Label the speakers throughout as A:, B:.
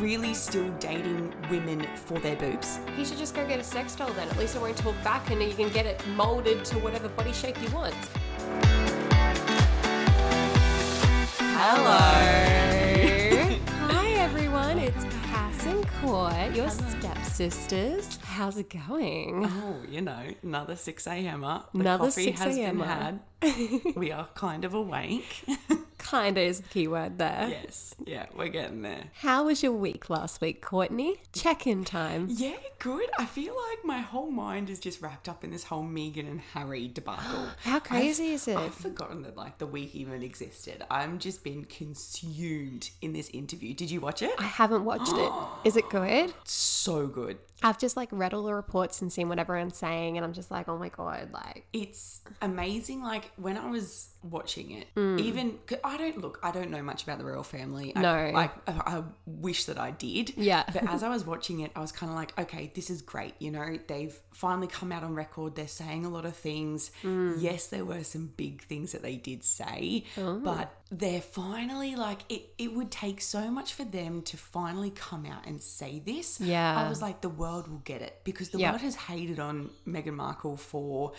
A: really still dating women for their boobs?
B: He should just go get a sex doll then. At least it won't talk back and you can get it molded to whatever body shape you want.
A: Hello.
B: Hi everyone, it's Cass and Court, your stepsisters. How's it going?
A: oh, you know, another 6 a.m. up. The
B: Another
A: coffee
B: 6
A: has been
B: a.m.
A: had. we are kind of awake.
B: Kinda is the key word there.
A: yes. Yeah, we're getting there.
B: How was your week last week, Courtney? Check in time.
A: Yeah, good. I feel like my whole mind is just wrapped up in this whole Megan and Harry debacle.
B: How crazy is it?
A: I've forgotten that like the week even existed. I'm just been consumed in this interview. Did you watch it?
B: I haven't watched it. Is it good?
A: So good.
B: I've just like read all the reports and seen what everyone's saying, and I'm just like, oh my god, like
A: It's amazing. Like when I was watching it,
B: Mm.
A: even 'cause I don't look. I don't know much about the royal family. I,
B: No.
A: like I I wish that I did.
B: Yeah.
A: But as I was watching it, I was kind of like, okay, this is great. You know, they've finally come out on record. They're saying a lot of things.
B: Mm.
A: Yes, there were some big things that they did say,
B: Oh.
A: but they're finally like it. It would take so much for them to finally come out and say this.
B: Yeah.
A: I was like, the world will get it because the
B: Yeah.
A: world has hated on Meghan Markle for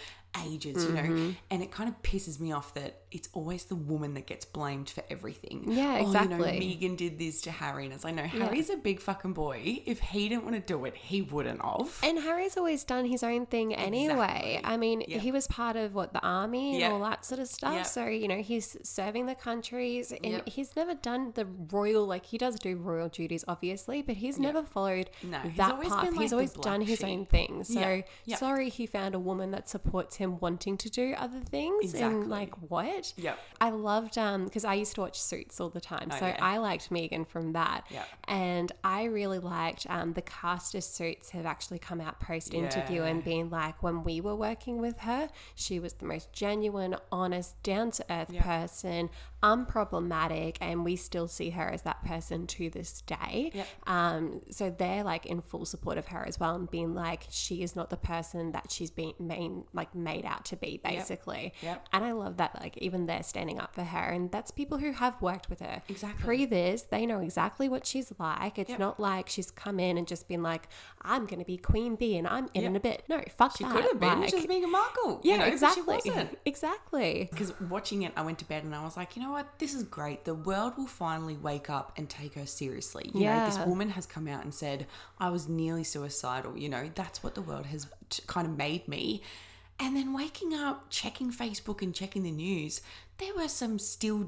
A: ages, you
B: Mm-hmm.
A: know, and it kind of pisses me off that it's always the woman that gets blamed for everything.
B: Yeah,
A: Oh,
B: exactly.
A: you know, Megan did this to Harry, and it's like, no, Harry's a big fucking boy. If he didn't want to do it, he wouldn't have.
B: And Harry's always done his own thing anyway. I mean,
A: Yeah.
B: he was part of what the army and
A: Yeah.
B: all that sort of stuff.
A: Yeah.
B: So you know, he's serving the countries, and
A: Yeah.
B: he's never done the royal. Like he does do royal duties, obviously, but he's never followed
A: No, he's
B: that
A: always
B: path.
A: been, like,
B: he's
A: the
B: always
A: black
B: done his
A: sheep.
B: own thing. So
A: Yeah. Yeah.
B: sorry, he found a woman that supports him wanting to do other things.
A: Exactly.
B: And like what?
A: Yep. Oh,
B: I loved um because I used to watch Suits all the time, so
A: yeah.
B: I liked Megan from that.
A: Yeah.
B: And I really liked um, the cast of Suits have actually come out post interview
A: Yeah.
B: and been like, when we were working with her, she was the most genuine, honest, down to earth person, unproblematic, and we still see her as that person to this day. Um, so they're like in full support of her as well and being like, she is not the person that she's been main, like made out to be, basically.
A: Yep.
B: And I love that, like, even they're standing up for her. And that's people who have worked with her.
A: Exactly.
B: Pre this, they know exactly what she's like. It's
A: Yep.
B: not like she's come in and just been like, I'm going to be Queen Bee and I'm in in a bit. No, fuck
A: she
B: that.
A: could have been
B: like-
A: just Meghan Markle.
B: yeah,
A: you know, but
B: exactly.
A: She wasn't.
B: Exactly.
A: Because watching it, I went to bed and I was like, you know what? This is great. The world will finally wake up and take her seriously. You know, this
B: Yeah.
A: woman has come out and said, I was nearly suicidal. You know, that's what the world has t- kind of made me. And then waking up, checking Facebook and checking the news, there were some still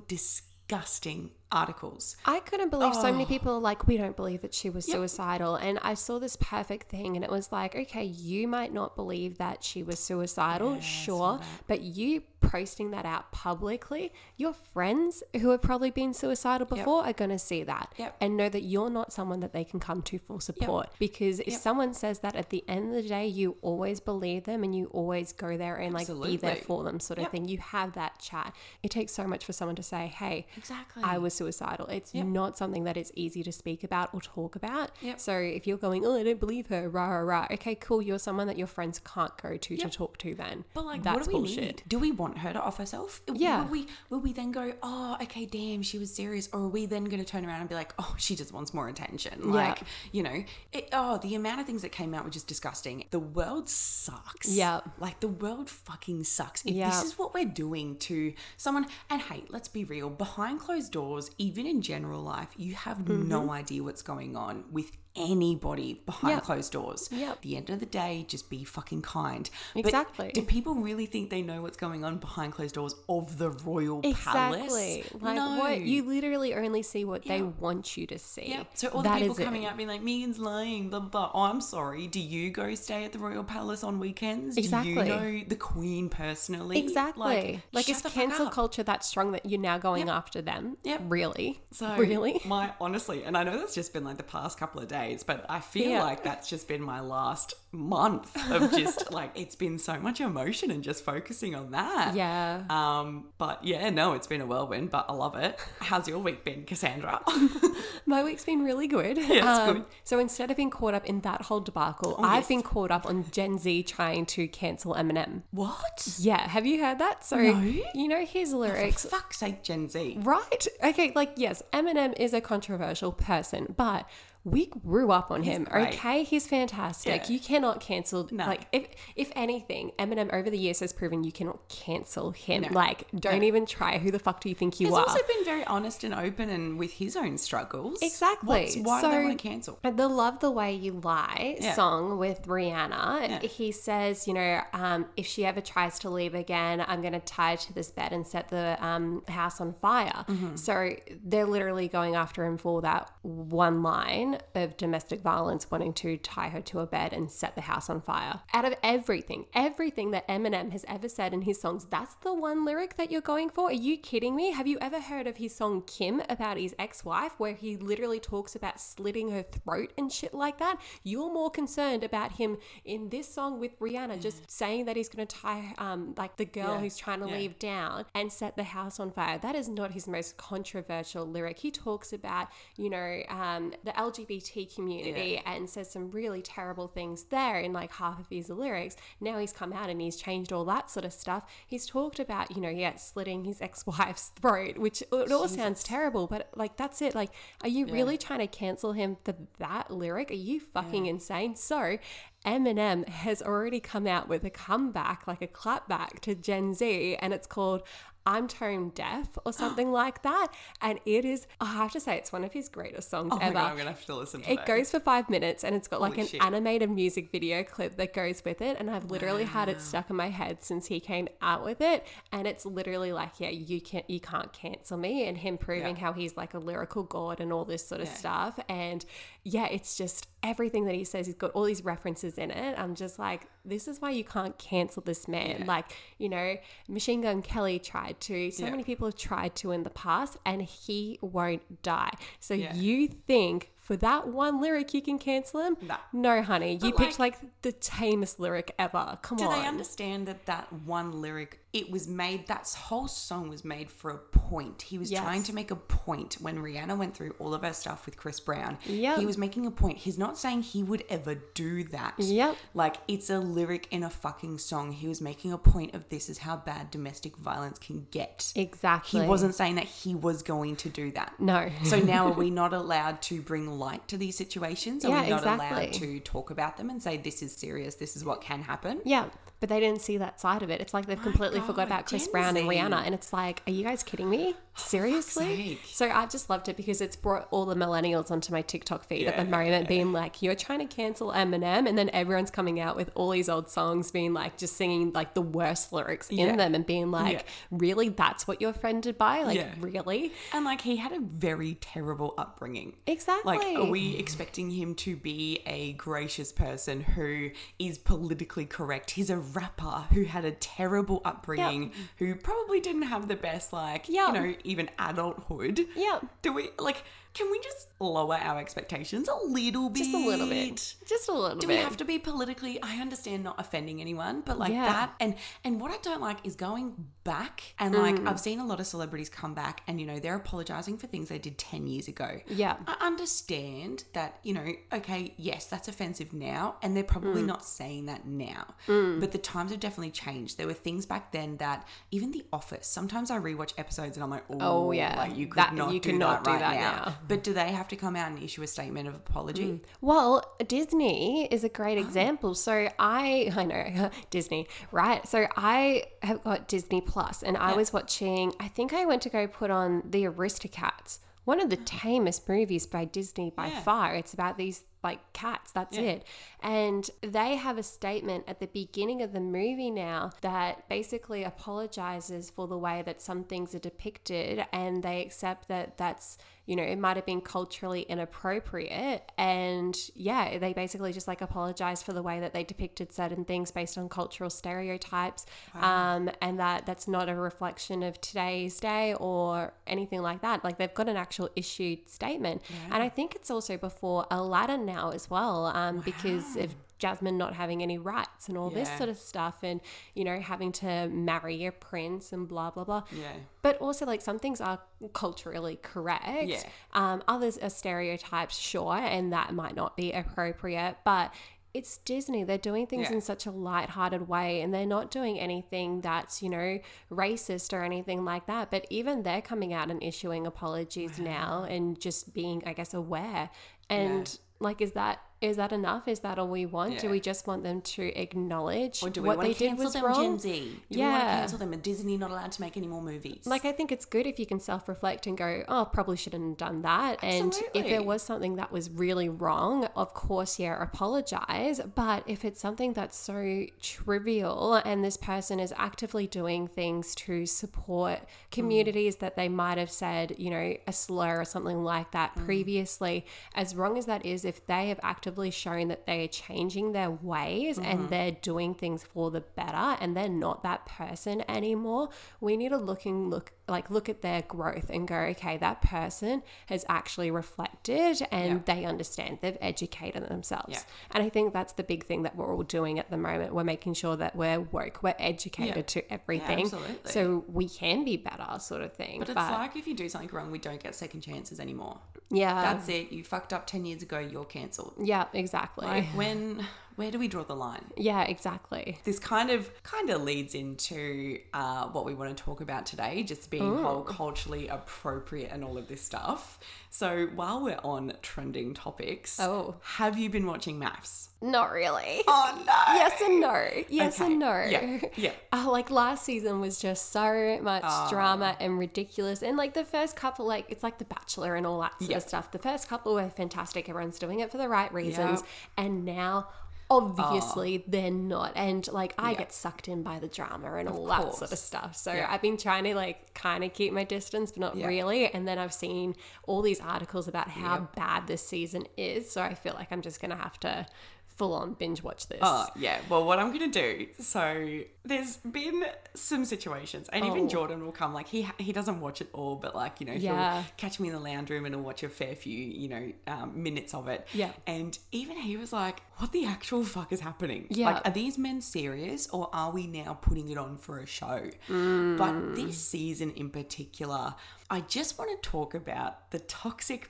A: disgusting articles.
B: I couldn't believe so
A: Oh.
B: many people are like, we don't believe that she was suicidal. And I saw this perfect thing, and it was like, okay, you might not believe that she was suicidal, sure, but you posting that out publicly, your friends who have probably been suicidal before are going to see that
A: Yep.
B: and know that you're not someone that they can come to for support. Because if someone says that at the end of the day, you always believe them and you always go there and like be there
A: Absolutely.
B: for them, sort of
A: Yep.
B: thing. You have that chat. It takes so much for someone to say, hey,
A: Exactly.
B: I was suicidal. It's not something that is easy to speak about or talk about.
A: Yep.
B: So if you're going, oh, I don't believe her, rah, rah, rah. Okay, cool. You're someone that your friends can't go to to talk to then.
A: But like, what do we need? Do we want her to off herself?
B: Yeah.
A: Will we will we then go, oh, okay, damn, she was serious, or are we then going to turn around and be like, oh, she just wants more attention? Like, you know, it, oh, the amount of things that came out were just disgusting. The world sucks.
B: Yeah.
A: Like the world fucking sucks. If
B: Yeah.
A: this is what we're doing to someone, and hey, let's be real, behind closed doors, even in general life, you have
B: Mm-hmm.
A: no idea what's going on with. Anybody behind
B: Yep.
A: closed doors.
B: Yep.
A: At the end of the day, just be fucking kind. But
B: Exactly.
A: do people really think they know what's going on behind closed doors of the royal palace?
B: Exactly. Like
A: no.
B: what you literally only see what they
A: Yeah.
B: want you to see.
A: Yeah. So all
B: That
A: the people
B: is it.
A: coming out being like, Megan's lying, blah blah. Oh, I'm sorry. Do you go stay at the royal palace on weekends? Do
B: Exactly.
A: you know the queen personally?
B: Exactly. Like,
A: shut
B: is
A: the fuck
B: cancel
A: up.
B: culture that strong that you're now going after them?
A: Yep.
B: Really?
A: So
B: really?
A: my honestly, and I know that's just been like the past couple of days, but I feel
B: Yeah.
A: like that's just been my last month of just like it's been so much emotion and just focusing on that.
B: Yeah.
A: Um, but yeah, no, it's been a whirlwind, but I love it. How's your week been, Cassandra?
B: My week's been really good. Um,
A: it's good. Oh,
B: So instead of being caught up in that whole debacle, I've been caught up on Gen Z trying to cancel Eminem.
A: what?
B: Yeah, have you heard that? So
A: No.
B: you know his lyrics.
A: Fuck's sake, Gen Z.
B: Right? Okay, like yes, Eminem is a controversial person, but we grew up on him.
A: great.
B: Okay, he's fantastic.
A: Yeah.
B: You cannot cancel.
A: No.
B: Like if if anything, Eminem over the years has proven you cannot cancel him. Like don't even try. Who the fuck do you think you
A: He's
B: are?
A: also been very honest and open and with his own struggles.
B: Exactly.
A: What's- why do
B: So-
A: they want to cancel?
B: But The Love the Way You Lie
A: Yeah.
B: song with Rihanna, he says, you know, um, if she ever tries to leave again, I'm going to tie her to this bed and set the um, house on fire.
A: Mm-hmm.
B: So they're literally going after him for that one line of domestic violence, wanting to tie her to a bed and set the house on fire. Out of everything, everything that Eminem has ever said in his songs, that's the one lyric that you're going for? Are you kidding me? Have you ever heard of his song Kim about his ex wife, where he literally talks about slitting her throat and shit like that? You're more concerned about him in this song with Rihanna just saying that he's going to tie um, like the girl
A: Yeah.
B: who's trying to
A: Yeah.
B: leave down and set the house on fire. That is not his most controversial lyric. He talks about, you know, um, the LGBT community and says some really terrible things there in like half of his lyrics. Now he's come out and he's changed all that sort of stuff. He's talked about, you know, yeah, slitting his ex wife's throat, which it all sounds terrible, but like that's it. Like, are you really trying to cancel him for that lyric? Are you fucking insane? So, Eminem has already come out with a comeback, like a clapback to Gen Z, and it's called I'm Tone Deaf or something like that. And it is, I have to say, it's one of his greatest songs
A: Oh my
B: ever.
A: God, I'm going to have to listen to
B: it
A: that.
B: goes for five minutes and it's got like
A: Holy
B: an
A: shit.
B: animated music video clip that goes with it. And I've literally had it stuck in my head since he came out with it. And it's literally like, yeah, you can't, you can't cancel me. And him proving how he's like a lyrical god and all this sort of stuff. And yeah, it's just everything that he says. He's got all these references in it. I'm just like, this is why you can't cancel this man. Like, you know, Machine Gun Kelly tried to. So
A: Yeah.
B: many people have tried to in the past, and he won't die. So
A: Yeah.
B: you think for that one lyric you can cancel him?
A: Nah.
B: No, honey. You
A: But,
B: picked like the tamest lyric ever. Come
A: Do
B: on.
A: they understand that that one lyric, it was made, that whole song was made for a point. He was
B: Yes.
A: trying to make a point when Rihanna went through all of her stuff with Chris Brown.
B: Yep.
A: He was making a point. He's not saying he would ever do that.
B: Yep.
A: Like, it's a lyric in a fucking song. He was making a point of this is how bad domestic violence can get.
B: exactly.
A: He wasn't saying that he was going to do that.
B: No.
A: So now are we not allowed to bring light to these situations? Are
B: Yeah,
A: we not allowed
B: exactly.
A: to talk about them and say this is serious, this is what can happen?
B: Yeah, but they didn't see that side of it. It's like they've completely forgot
A: God,
B: about Chris
A: Gen
B: Brown and
A: Z.
B: Rihanna, and it's like, are you guys kidding me? Seriously?
A: sake.
B: So I've just loved it because it's brought all the millennials onto my TikTok feed at the
A: Yeah.
B: moment, being like, you're trying to cancel Eminem, and then everyone's coming out with all these old songs, being like, just singing like the worst lyrics in
A: Yeah.
B: them, and being like,
A: Yeah.
B: really? That's what you're friended by? Like,
A: Yeah.
B: really?
A: And like he had a very terrible upbringing.
B: Exactly.
A: Like, are we expecting him to be a gracious person who is politically correct? He's a rapper who had a terrible upbringing, who probably didn't have the best, like,
B: Yeah.
A: you know, even adulthood.
B: Yeah.
A: Do we, like, can we just lower our expectations a little bit?
B: Just a little bit. Just a little
A: Do
B: bit.
A: we have to be politically? I understand not offending anyone, but like
B: Yeah.
A: that, and and what I don't like is going back and like
B: Mm.
A: I've seen a lot of celebrities come back and you know they're apologizing for things they did ten years ago.
B: Yeah.
A: I understand that you know okay yes that's offensive now and they're probably
B: Mm.
A: not saying that now, but the times have definitely changed. There were things back then that even The Office. Sometimes I rewatch episodes and I'm like oh,
B: Oh, yeah.
A: like you could
B: That-
A: not
B: you
A: do
B: could
A: that
B: not do
A: right
B: that
A: now.
B: now.
A: But do they have to come out and issue a statement of apology?
B: Well, Disney is a great example. So I, I know Disney, right? So I have got Disney Plus, and I was watching. I think I went to go put on The Aristocats, one of the tamest movies by Disney by far. It's about these like cats. That's it. And they have a statement at the beginning of the movie now that basically apologizes for the way that some things are depicted, and they accept that that's you know, it might have been culturally inappropriate. And yeah, they basically just like apologized for the way that they depicted certain things based on cultural stereotypes. Um, and that that's not a reflection of today's day or anything like that. Like they've got an actual issued statement. And I think it's also before Aladdin now as well, um, because of Jasmine not having any rights and all this
A: Yeah.
B: sort of stuff, and you know, having to marry a prince and blah blah blah.
A: Yeah.
B: But also, like, some things are culturally correct.
A: Yeah.
B: Um, others are stereotypes, sure, and that might not be appropriate. But it's Disney. They're doing things
A: Yeah.
B: in such a light-hearted way and they're not doing anything that's, you know, racist or anything like that. But even they're coming out and issuing apologies now and just being, I guess, aware. And like is that is that enough? Is that all we want? Do
A: Yeah.
B: we just want them to acknowledge
A: Or do we
B: what
A: want
B: they
A: to
B: did
A: cancel
B: was
A: them,
B: wrong?
A: Gen Z? Do we want to
B: Yeah.
A: cancel them? And Disney not allowed to make any more movies?
B: Like I think it's good if you can self-reflect and go, "Oh, probably shouldn't have done that." And if
A: Absolutely.
B: there was something that was really wrong, of course, yeah, apologize. But if it's something that's so trivial and this person is actively doing things to support communities that they might have said, you know, a slur or something like that previously, as wrong as that is, if they have actively shown that they are changing their ways
A: Mm-hmm.
B: and they're doing things for the better and they're not that person anymore, we need to look and look like look at their growth and go, okay, that person has actually reflected and they understand, they've educated themselves.
A: Yeah.
B: And I think that's the big thing that we're all doing at the moment. We're making sure that we're woke, we're educated to everything.
A: absolutely.
B: So we can be better, sort of thing.
A: but it's like if you do something wrong, we don't get second chances anymore.
B: yeah.
A: That's it. You fucked up 10 years ago, you're cancelled.
B: yeah, exactly.
A: Like when, where do we draw the line?
B: yeah, exactly.
A: This kind of kind of leads into uh, what we want to talk about today, just being whole culturally appropriate and all of this stuff. So while we're on trending topics,
B: Oh.
A: have you been watching Maths?
B: Not really.
A: Oh no!
B: Yes and no. Yes
A: Okay.
B: and no.
A: Yeah. Yeah.
B: Uh, like last season was just so much drama and ridiculous. And like the first couple, like it's like The Bachelor and all that sort
A: Yeah.
B: of stuff. The first couple were fantastic. Everyone's doing it for the right reasons.
A: Yep.
B: And now, obviously, they're not. And like I
A: Yeah.
B: get sucked in by the drama and all that sort of
A: course.
B: stuff. So
A: Yeah.
B: I've been trying to like kind of keep my distance, but not
A: Yeah.
B: really. And then I've seen all these articles about how bad this season is. So I feel like I'm just going to have to full on binge watch this.
A: Oh, yeah. Well, what I'm going to do, so there's been some situations, and
B: Oh.
A: even Jordan will come, like, he he doesn't watch it all, but, like, you know,
B: Yeah.
A: he'll catch me in the lounge room and he'll watch a fair few, you know, um, minutes of it.
B: Yeah.
A: And even he was like, what the actual fuck is happening?
B: Yeah.
A: Like, are these men serious, or are we now putting it on for a show?
B: Mm.
A: But this season in particular, I just want to talk about the toxic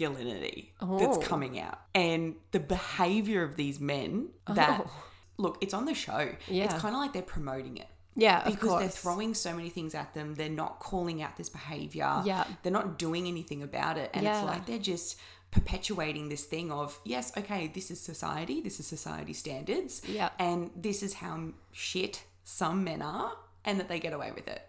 A: masculinity
B: Oh.
A: that's coming out and the behavior of these men that look, it's on the show. It's
B: Oh. Yeah.
A: kind of like they're promoting it.
B: Yeah, of
A: Because they're
B: course.
A: throwing so many things at them, they're not calling out this behavior.
B: Yeah.
A: They're not doing anything about it. And
B: Yeah.
A: it's like they're just perpetuating this thing of, yes, okay, this is society, this is society standards.
B: Yeah.
A: And this is how shit some men are and that they get away with it.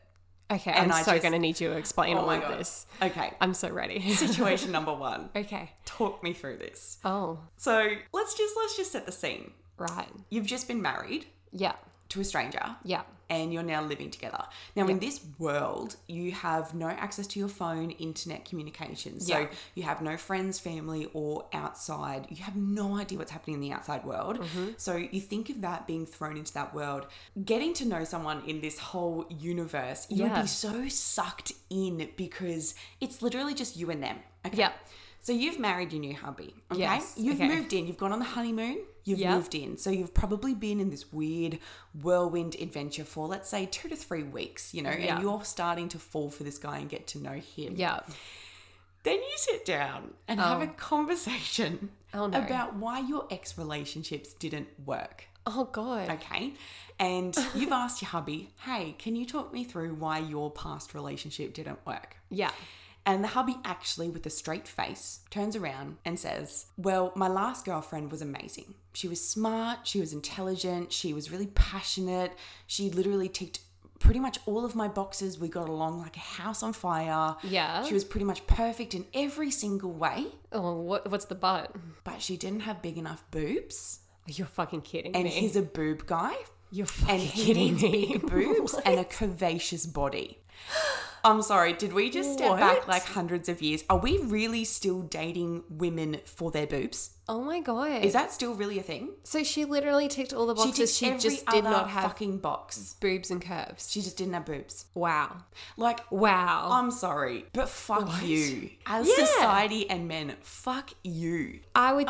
B: Okay,
A: And
B: I'm
A: I
B: so
A: just- Oh
B: gonna need you to explain all
A: my
B: of
A: God.
B: this.
A: Okay.
B: I'm so ready.
A: Situation number one.
B: okay.
A: Talk me through this.
B: Oh,
A: So let's just let's just set the scene.
B: right.
A: You've just been married
B: Yeah.
A: to a stranger.
B: Yeah.
A: and you're now living together. Now, in this world, you have no access to your phone, internet communication. So
B: Yeah.
A: you have no friends, family, or outside. You have no idea what's happening in the outside world.
B: Mm-hmm.
A: So you think of that being thrown into that world. Getting to know someone in this whole universe, you would
B: Yeah.
A: be so sucked in because it's literally just you and them. Okay.
B: Yeah.
A: So you've married your new hubby. Okay.
B: Yes,
A: You've
B: okay.
A: moved in. You've gone on the honeymoon. You've
B: Yeah.
A: moved in. So you've probably been in this weird whirlwind adventure for, let's say, two to three weeks, you know,
B: Yeah.
A: and you're starting to fall for this guy and get to know him.
B: Yeah.
A: Then you sit down and have a conversation
B: Oh, no.
A: about why your ex relationships didn't work.
B: Oh god.
A: Okay. And you've asked your hubby, hey, can you talk me through why your past relationship didn't work?
B: Yeah.
A: And the hubby actually, with a straight face, turns around and says, Well, my last girlfriend was amazing. She was smart, she was intelligent, she was really passionate. She literally ticked pretty much all of my boxes. We got along like a house on fire.
B: Yeah.
A: She was pretty much perfect in every single way,
B: Oh, what? What's the but?
A: but she didn't have big enough boobs.
B: You're fucking kidding
A: And
B: me.
A: he's a boob guy.
B: You're fucking
A: And he
B: kidding
A: needs
B: me.
A: big boobs and a curvaceous body. I'm sorry, did we just step
B: What?
A: back like hundreds of years? Are we really still dating women for their boobs?
B: oh my god.
A: Is that still really a thing?
B: so she literally ticked all the boxes. She,
A: ticked
B: just did not have
A: fucking box.
B: boobs and curves.
A: She just didn't have boobs.
B: Wow.
A: Like
B: Wow.
A: I'm sorry, but fuck you. As
B: Yeah.
A: society and men, fuck you.
B: I would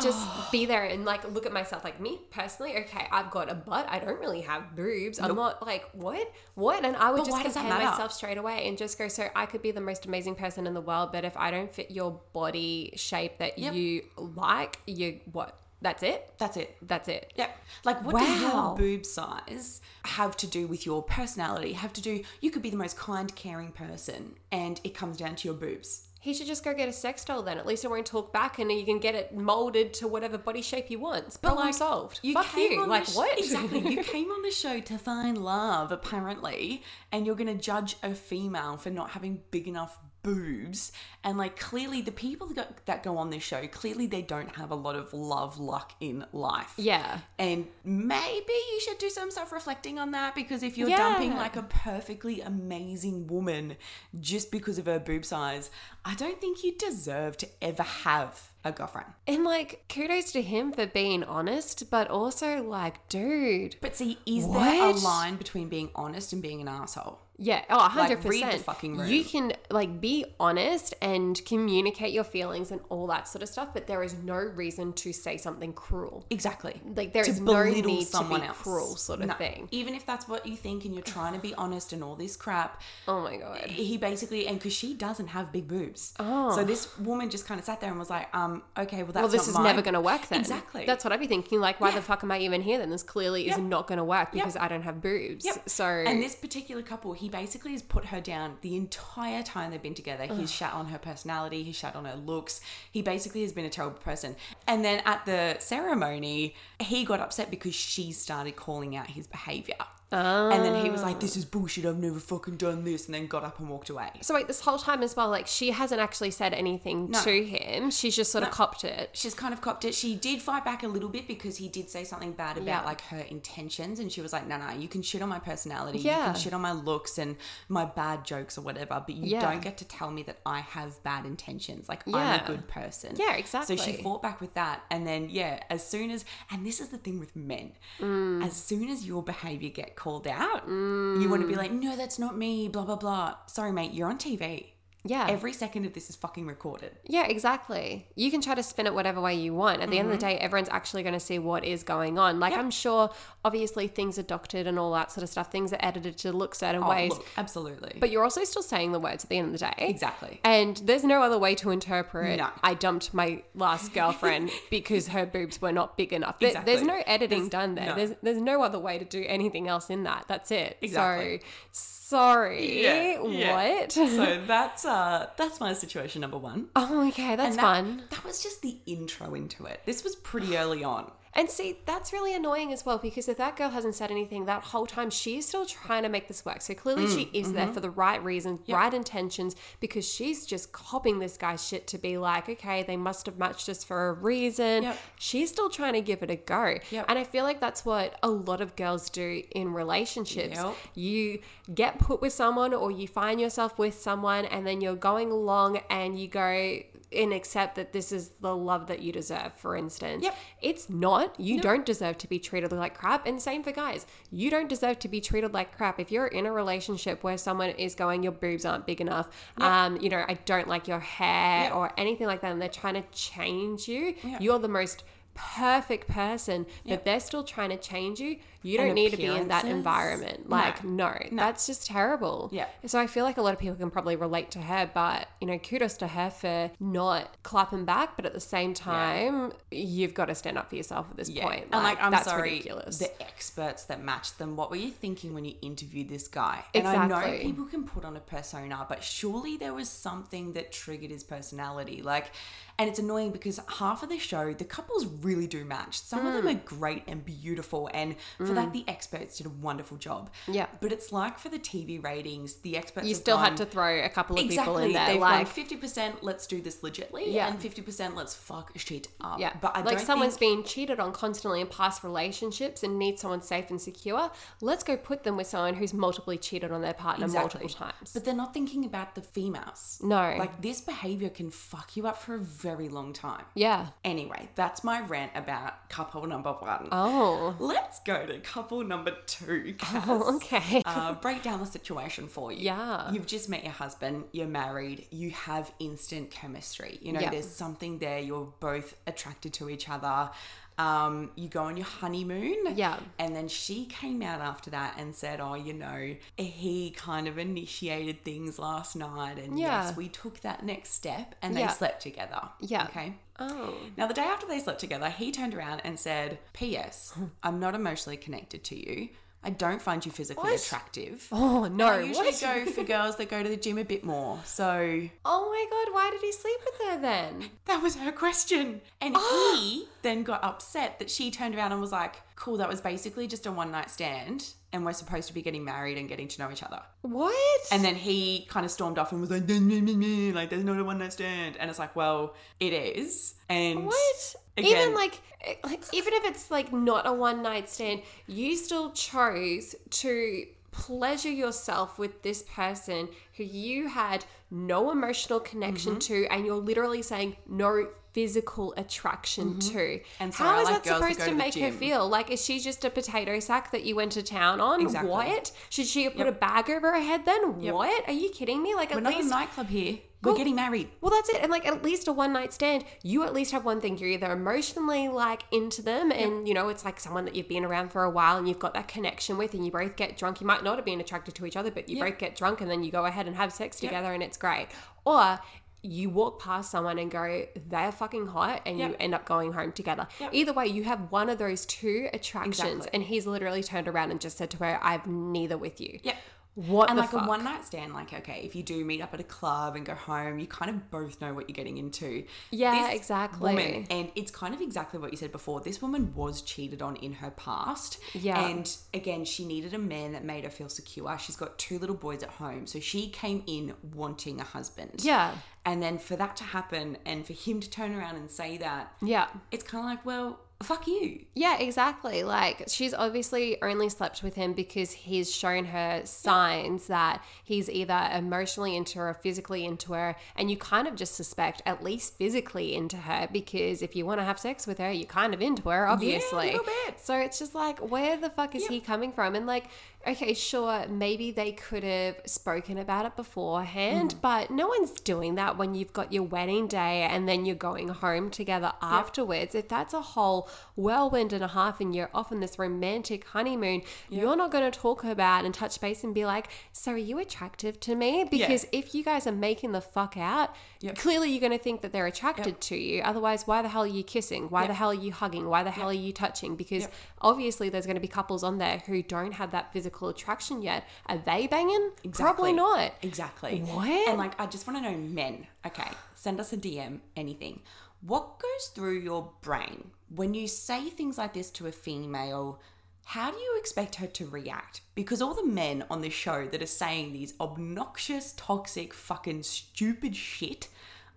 B: just be there and like look at myself like me personally. Okay, I've got a butt. I don't really have boobs. I'm not like what what, and I would
A: But
B: just
A: why does that
B: compare
A: matter?
B: myself straight away and just go. So I could be the most amazing person in the world, but if I don't fit your body shape that you like, you what? That's it.
A: That's it.
B: That's it.
A: Yep. Like, what
B: Wow.
A: do your boob size have to do with your personality? Have to do, you could be the most kind, caring person, and it comes down to your boobs.
B: He should just go get a sex doll then. At least it won't talk back, and you can get it molded to whatever body shape he wants. Problem
A: like,
B: solved. Fuck you.
A: on
B: Like
A: the sh-
B: what?
A: Exactly. You came on the show to find love, apparently, and you're going to judge a female for not having big enough boobs. And like, clearly, the people that go, that go on this show, clearly, they don't have a lot of love luck in life.
B: yeah.
A: And maybe you should do some self reflecting on that because if you're
B: Yeah.
A: dumping like a perfectly amazing woman just because of her boob size, I don't think you deserve to ever have a girlfriend.
B: And like, kudos to him for being honest, but also like, dude.
A: But see, is there a
B: What?
A: line between being honest and being an asshole?
B: Yeah. Oh, 100%.
A: Like, read the fucking room.
B: You can like be honest and communicate your feelings and all that sort of stuff, but there is no reason to say something cruel.
A: Exactly.
B: Like, there
A: to
B: is no
A: belittle
B: need
A: someone
B: to be
A: else.
B: cruel sort of
A: No.
B: thing.
A: Even if that's what you think and you're trying to be honest and all this crap,
B: Oh my god.
A: he basically and because she doesn't have big boobs, oh. so this woman just kind of sat there and was like, "Um, okay, well that's
B: Well, this
A: not
B: is
A: mine.
B: never going to work then.
A: Exactly.
B: That's what I'd be thinking. Like, why the fuck am I even here then? This clearly is
A: Yep.
B: not going to work
A: Yep.
B: because I don't have boobs.
A: Yep.
B: So,
A: And this particular couple, he basically has put her down the entire time they've been together. He's shat on her personality, he's shat on her looks. He basically has been a terrible person. And then at the ceremony, he got upset because she started calling out his behavior. And then he was like, This is bullshit, I've never fucking done this. And then got up and walked away.
B: so wait, this whole time as well, like, she hasn't actually said anything
A: No.
B: to him. She's just sort of copped it.
A: She's kind of copped it. She did fight back a little bit because he did say something bad about
B: Yeah.
A: like her intentions, and she was like, "No, no, you can shit on my personality, you
B: Yeah.
A: can shit on my looks and my bad jokes or whatever, but you
B: Yeah.
A: don't get to tell me that I have bad intentions. Like I'm a
B: Yeah.
A: good person."
B: Yeah,
A: So she
B: exactly.
A: fought back with that, and then yeah, as soon as and this is the thing with men,
B: Mm.
A: as soon as your behavior get called out, you want to be like, "No, that's not me." Blah blah blah. Sorry, mate, you're on TV.
B: Yeah.
A: Every second of this is fucking recorded.
B: Yeah, exactly. You can try to spin it whatever way you want. At the end of the
A: Mm-hmm.
B: day, everyone's actually going to see what is going on. Like, I'm sure, obviously, things are doctored and all that sort of stuff. Things are edited to look certain
A: Oh,
B: ways.
A: look, absolutely.
B: But you're also still saying the words at the end of the day.
A: Exactly.
B: And there's no other way to interpret.
A: No.
B: I dumped my last girlfriend because her boobs were not big enough. There-
A: Exactly.
B: There's no editing
A: There's-
B: done there.
A: no.
B: There's there's no other way to do anything else in that. That's it.
A: Exactly.
B: So sorry.
A: Yeah, yeah.
B: What?
A: so that's uh that's my situation number one.
B: oh, okay. That's
A: And that,
B: fun.
A: That was just the intro into it. This was pretty early on.
B: And see, that's really annoying as well because if that girl hasn't said anything that whole time, she's still trying to make this work. So clearly,
A: Mm,
B: she is
A: mm-hmm.
B: there for the right reasons, right intentions, because she's just copying this guy's shit to be like, okay, they must have matched us for a reason.
A: Yep.
B: She's still trying to give it a go.
A: Yep.
B: And I feel like that's what a lot of girls do in relationships.
A: Yep.
B: You get put with someone or you find yourself with someone, and then you're going along and you go, and accept that this is the love that you deserve, for instance.
A: Yep.
B: It's not. You don't deserve to be treated like crap. And same for guys. You don't deserve to be treated like crap. If you're in a relationship where someone is going, your boobs aren't big enough, um, you know, I don't like your hair
A: Yep.
B: or anything like that, and they're trying to change you,
A: Yeah.
B: you're the most perfect person, but they're still trying to change you. You
A: And
B: don't need to be in that
A: appearances?
B: environment.
A: No.
B: Like, no, that's just terrible.
A: Yeah.
B: So I feel like a lot of people can probably relate to her, but you know, kudos to her for not clapping back. But at the same time, you've got to stand up for yourself at this point.
A: And like, I'm
B: that's
A: sorry,
B: ridiculous.
A: the experts that matched them, what were you thinking when you interviewed this guy? And I know
B: Exactly.
A: people can put on a persona, but surely there was something that triggered his personality. Like, and it's annoying because half of the show, the couples really do match. Some of
B: Mm.
A: them are great and beautiful. And for that, the experts did a wonderful job.
B: Yeah.
A: But it's like for the TV ratings, the experts
B: you
A: have
B: still
A: gone-
B: had to throw a couple of people in there,
A: They've
B: like.
A: fifty percent. Let's do this legitly,
B: Yeah.
A: and fifty percent. Let's fuck shit up.
B: yeah,
A: but I
B: like
A: don't
B: someone's
A: think-
B: being cheated on constantly in past relationships and needs someone safe and secure. Let's go put them with someone who's multiply cheated on their partner
A: Exactly.
B: multiple times.
A: but they're not thinking about the females.
B: No.
A: like this behavior can fuck you up for a very long time.
B: yeah.
A: Anyway, that's my rant about couple number one.
B: Oh.
A: Let's go to couple number two. Cass.
B: Okay.
A: uh, break down the situation for you.
B: Yeah.
A: You've just met your husband, you're married, you have instant chemistry. You know,
B: Yeah.
A: there's something there, you're both attracted to each other. Um, you go on your honeymoon.
B: Yeah.
A: And then she came out after that and said, Oh, you know, he kind of initiated things last night. And
B: Yeah.
A: yes, we took that next step and they
B: Yeah.
A: slept together.
B: Yeah.
A: Okay.
B: Oh.
A: Now, the day after they slept together, he turned around and said, P.S., I'm not emotionally connected to you. I don't find you physically attractive.
B: Oh no.
A: I usually
B: what?
A: go for girls that go to the gym a bit more. So
B: Oh my god, why did he sleep with her then?
A: that was her question. And he then got upset that she turned around and was like, cool, that was basically just a one night stand. And we're supposed to be getting married and getting to know each other.
B: What?
A: And then he kind of stormed off and was like, "Nah, nah, nah, nah," like, there's not a one night stand. And it's like, well, it is. And
B: what?
A: Again.
B: Even like, like, even if it's like not a one night stand, you still chose to pleasure yourself with this person who you had no emotional connection
A: Mm-hmm.
B: to, and you're literally saying no physical attraction to.
A: Mm-hmm. And so
B: how
A: I
B: is
A: like
B: that
A: girls that
B: supposed
A: go
B: to
A: to the
B: make her
A: gym.
B: feel? Like, is she just a potato sack that you went to town on?
A: Exactly.
B: What? Should she have put a bag over her head then? What? Are you kidding me? Like,
A: we're
B: at
A: not in a
B: least
A: nightclub here.
B: Well-
A: we're getting married.
B: well, that's it. And like at least a one night stand, you at least have one thing. You're either emotionally like into them and you know, it's like someone that you've been around for a while and you've got that connection with and you both get drunk. You might not have been attracted to each other, but you
A: Yeah.
B: both get drunk and then you go ahead and have sex together and it's great. Or you walk past someone and go, they're fucking hot, and you
A: Yeah.
B: end up going home together.
A: Yeah.
B: Either way, you have one of those two attractions,
A: Exactly.
B: and he's literally turned around and just said to her, "I've neither with you."
A: Yeah.
B: What
A: and
B: the
A: like
B: fuck?
A: a one night stand, like okay, if you do meet up at a club and go home, you kind of both know what you're getting into.
B: Yeah, exactly.
A: woman- and it's kind of exactly what you said before. This woman was cheated on in her past.
B: Yeah.
A: And again, she needed a man that made her feel secure. She's got two little boys at home, so she came in wanting a husband.
B: Yeah.
A: And then for that to happen, and for him to turn around and say that,
B: Yeah.
A: it's kind of like, well, fuck you.
B: Yeah, exactly. Like she's obviously only slept with him because he's shown her signs that he's either emotionally into her or physically into her, and you kind of just suspect at least physically into her because if you want to have sex with her, you're kind of into her, obviously.
A: little bit.
B: So it's just like, where the fuck is he coming from? And like, okay, sure, maybe they could have spoken about it beforehand, but no one's doing that when you've got your wedding day and then you're going home together afterwards. If that's a whole whirlwind and a half and you're off on this romantic honeymoon, you're not going to talk about and touch base and be like, so are you attractive to me? Because if you guys are making the fuck out, clearly you're going to think that they're attracted to you. Otherwise, why the hell are you kissing? Why the hell are you hugging? Why the hell are you touching? Because obviously, there's going to be couples on there who don't have that physical attraction yet. Are they banging? Probably
A: Exactly.
B: not.
A: Exactly.
B: What?
A: And like, I just want to know men. Okay, send us a DM, anything. What goes through your brain when you say things like this to a female? How do you expect her to react? Because all the men on the show that are saying these obnoxious, toxic, fucking stupid shit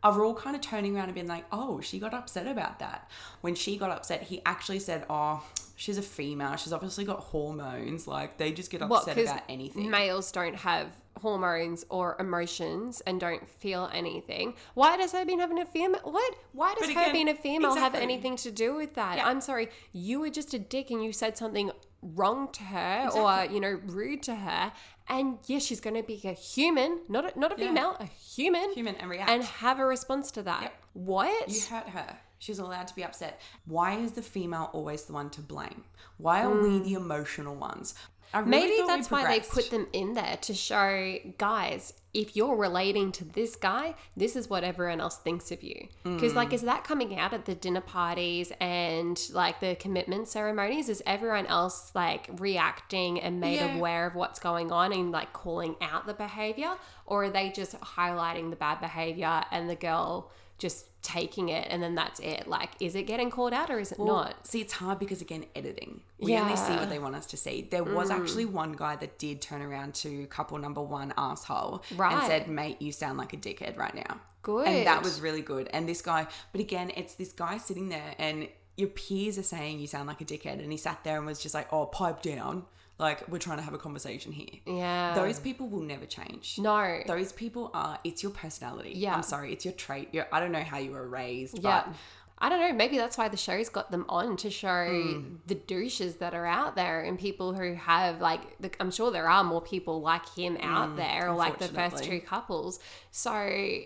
A: are all kind of turning around and being like, oh, she got upset about that. When she got upset, he actually said, oh, she's a female. She's obviously got hormones. Like, they just get upset about anything.
B: males don't have hormones or emotions and don't feel anything. Why does her being having a female? What? Why does
A: But
B: her
A: again,
B: being a female have
A: exactly.
B: anything to do with that? I'm sorry, you were just a dick and you said something wrong to her or you know rude to her. And yeah, she's going to be a human, not a, not a female, a human,
A: Human and react.
B: and have a response to that. What?
A: You hurt her. She's allowed to be upset. Why is the female always the one to blame? Why are we the emotional ones? I really
B: Hmm. Maybe
A: thought we
B: that's why they
A: progressed.
B: put them in there to show guys, if you're relating to this guy, this is what everyone else thinks of you. Because, like,
A: Mm.
B: is that coming out at the dinner parties and like the commitment ceremonies? Is everyone else like reacting and made
A: Yeah.
B: aware of what's going on and like calling out the behavior? Or are they just highlighting the bad behavior and the girl just taking it and then that's it? Like, is it getting called out or is it not?
A: See, it's hard because again, editing. We only see
B: Yeah. Hmm.
A: what they want us to see. There was actually one guy that did turn around to couple number one asshole and
B: Right.
A: said, "Mate, you sound like a dickhead right now."
B: Good.
A: and that was really good. And this guy, but again, it's this guy sitting there, and your peers are saying you sound like a dickhead, and he sat there and was just like, "Oh, pipe down." Like we're trying to have a conversation here.
B: Yeah.
A: Those people will never change.
B: Oh. No.
A: Those people are, it's your personality.
B: Yeah.
A: I'm sorry, it's your trait. Your, I don't know how you were raised,
B: Yeah.
A: but
B: I don't know, maybe that's why the show's got them on to show
A: Hmm.
B: the douches that are out there and people who have, like, the, I'm sure there are more people like him out there or like the first
A: Hmm, unfortunately.
B: two couples. So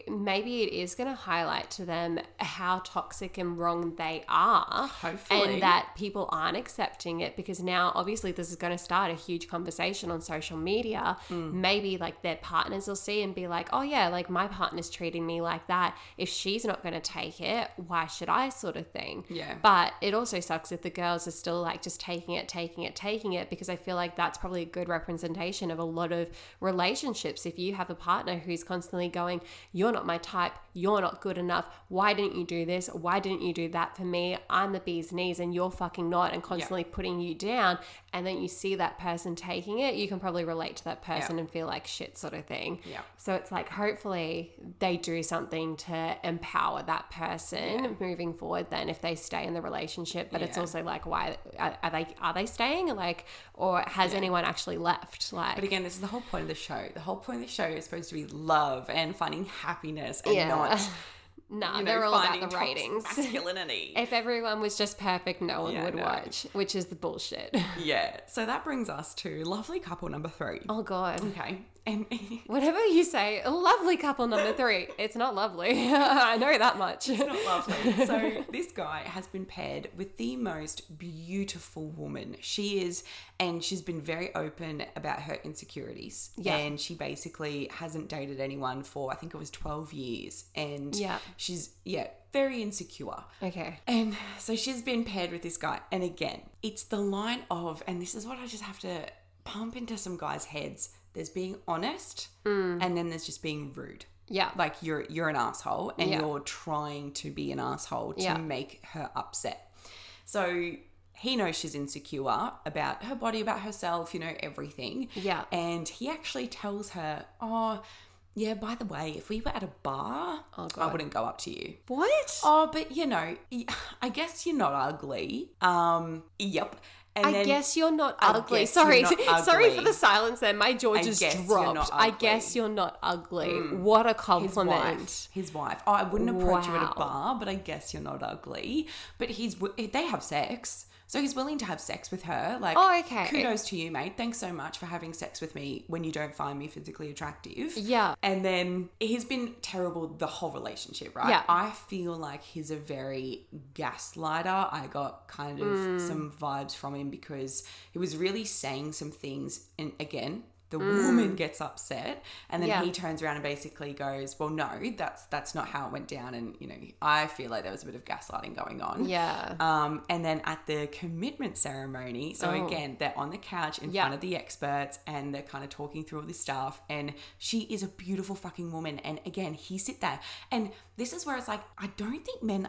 B: maybe it is going to highlight to them how toxic and wrong they are.
A: Hopefully.
B: And that people aren't accepting it because now, obviously, this is going to start a huge conversation on social media. Maybe like their partners will see and be like, oh, yeah, like my partner's treating me like that. If she's not going to take it, why should I? sort of thing.
A: Yeah.
B: But it also sucks if the girls are still like just taking it, taking it, taking it, because I feel like that's probably a good representation of a lot of relationships. If you have a partner who's constantly going, You're not my type, you're not good enough, why didn't you do this? Why didn't you do that for me? I'm the bee's knees and you're fucking not, and constantly putting you down. And then you see that person taking it, you can probably relate to that person and feel like shit, sort of thing.
A: Yeah.
B: So it's like hopefully they do something to empower that person moving forward. Then if they stay in the relationship, but it's
A: Yeah.
B: also like why are, are they are they staying? Like or has anyone actually left? Like
A: But again, this is the whole point of the show. The whole point of the show is supposed to be love and finding happiness and
B: Yeah.
A: not
B: nah,
A: you know,
B: they're all about
A: finding
B: the
A: toxic
B: ratings.
A: masculinity.
B: If everyone was just perfect, no one
A: Yeah,
B: would
A: no.
B: watch, which is the bullshit.
A: yeah. So that brings us to lovely couple number three.
B: Oh god.
A: Okay. And
B: Whatever you say, lovely couple number three. It's not lovely. I know that much.
A: not lovely. So this guy has been paired with the most beautiful woman. She is, and she's been very open about her insecurities.
B: Yeah.
A: And she basically hasn't dated anyone for I think it was twelve years. And
B: Yeah.
A: she's yeah very insecure.
B: Okay.
A: And so she's been paired with this guy. And again, it's the line of, and this is what I just have to pump into some guys' heads. There's being honest,
B: Hmm.
A: and then there's just being rude.
B: Yeah.
A: Like you're you're an asshole, and
B: Yeah.
A: you're trying to be an asshole to
B: Yeah.
A: make her upset. So he knows she's insecure about her body, about herself, you know, everything.
B: Yeah.
A: And he actually tells her, "Oh, yeah. By the way, if we were at a bar,
B: Oh,
A: I wouldn't go up to you.
B: What?
A: Oh, but you know, y- I guess you're not ugly. Um, yep. And
B: I guess you're not ugly.
A: guess you're
B: sorry,
A: not
B: sorry
A: ugly.
B: for the silence there. My jaw
A: I
B: just
A: guess you're
B: dropped.
A: not
B: I
A: ugly. Mm.
B: guess you're not ugly. What a
A: his wife,
B: compliment.
A: his wife. Oh, I wouldn't approach you at
B: Wow.
A: a bar, but I guess you're not ugly. But he's wi- they have sex, so he's willing to have sex with her. Like,
B: Oh, okay.
A: Kudos to you, mate. Thanks so much for having sex with me when you don't find me physically attractive.
B: Yeah.
A: And then he's been terrible the whole relationship, right?
B: Yeah.
A: I feel like he's a very gaslighter. I got kind of
B: Mm.
A: some vibes from him because he was really saying some things. And again, the woman gets upset and then
B: Mm. Yeah.
A: he turns around and basically goes, Well, no, that's that's not how it went down. And, you know, I feel like there was a bit of gaslighting going on.
B: Yeah.
A: Um, and then at the commitment ceremony, so
B: Oh.
A: again, they're on the couch in
B: Yeah.
A: front of the experts and they're kind of talking through all this stuff. And she is a beautiful fucking woman. And again, he sit there. And this is where it's like, I don't think men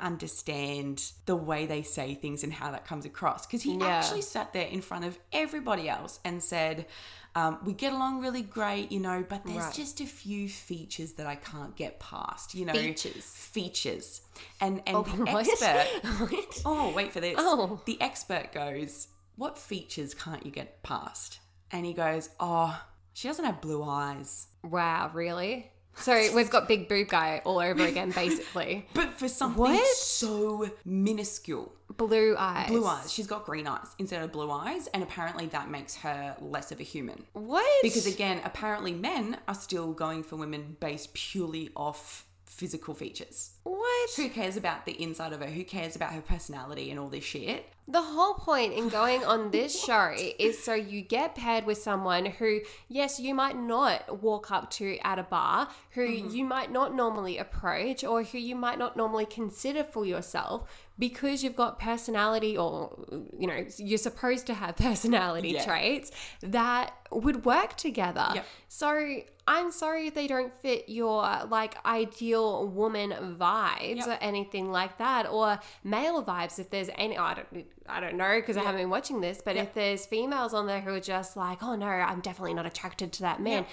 A: understand the way they say things and how that comes across. Because he
B: Yeah.
A: actually sat there in front of everybody else and said, um, we get along really great, you know, but there's
B: Right.
A: just a few features that I can't get past, you know.
B: Features. Oh,
A: Features. And and the
B: What?
A: expert
B: What?
A: Oh, wait for this.
B: Oh.
A: The expert goes, What features can't you get past? And he goes, Oh, she doesn't have blue eyes.
B: wow, really? So we've got big boob guy all over again, basically.
A: But for something
B: What?
A: so minuscule.
B: Blue eyes.
A: Blue eyes. She's got green eyes instead of blue eyes. And apparently that makes her less of a human.
B: What?
A: Because again, apparently men are still going for women based purely off physical features.
B: what?
A: Who cares about the inside of her? Who cares about her personality and all this shit?
B: The whole point in going on this show is so you get paired with someone who, yes, you might not walk up to at a bar, who
A: Mm-hmm.
B: you might not normally approach, or who you might not normally consider for yourself because you've got personality or, you know, you're supposed to have personality
A: Yeah.
B: traits that would work together.
A: Yep.
B: So I'm sorry if they don't fit your like ideal woman vibes
A: Yep.
B: or anything like that, or male vibes. If there's any, I don't, I don't know because I haven't been watching this, but if there's females on there who are just like, oh no, I'm definitely not attracted to that man.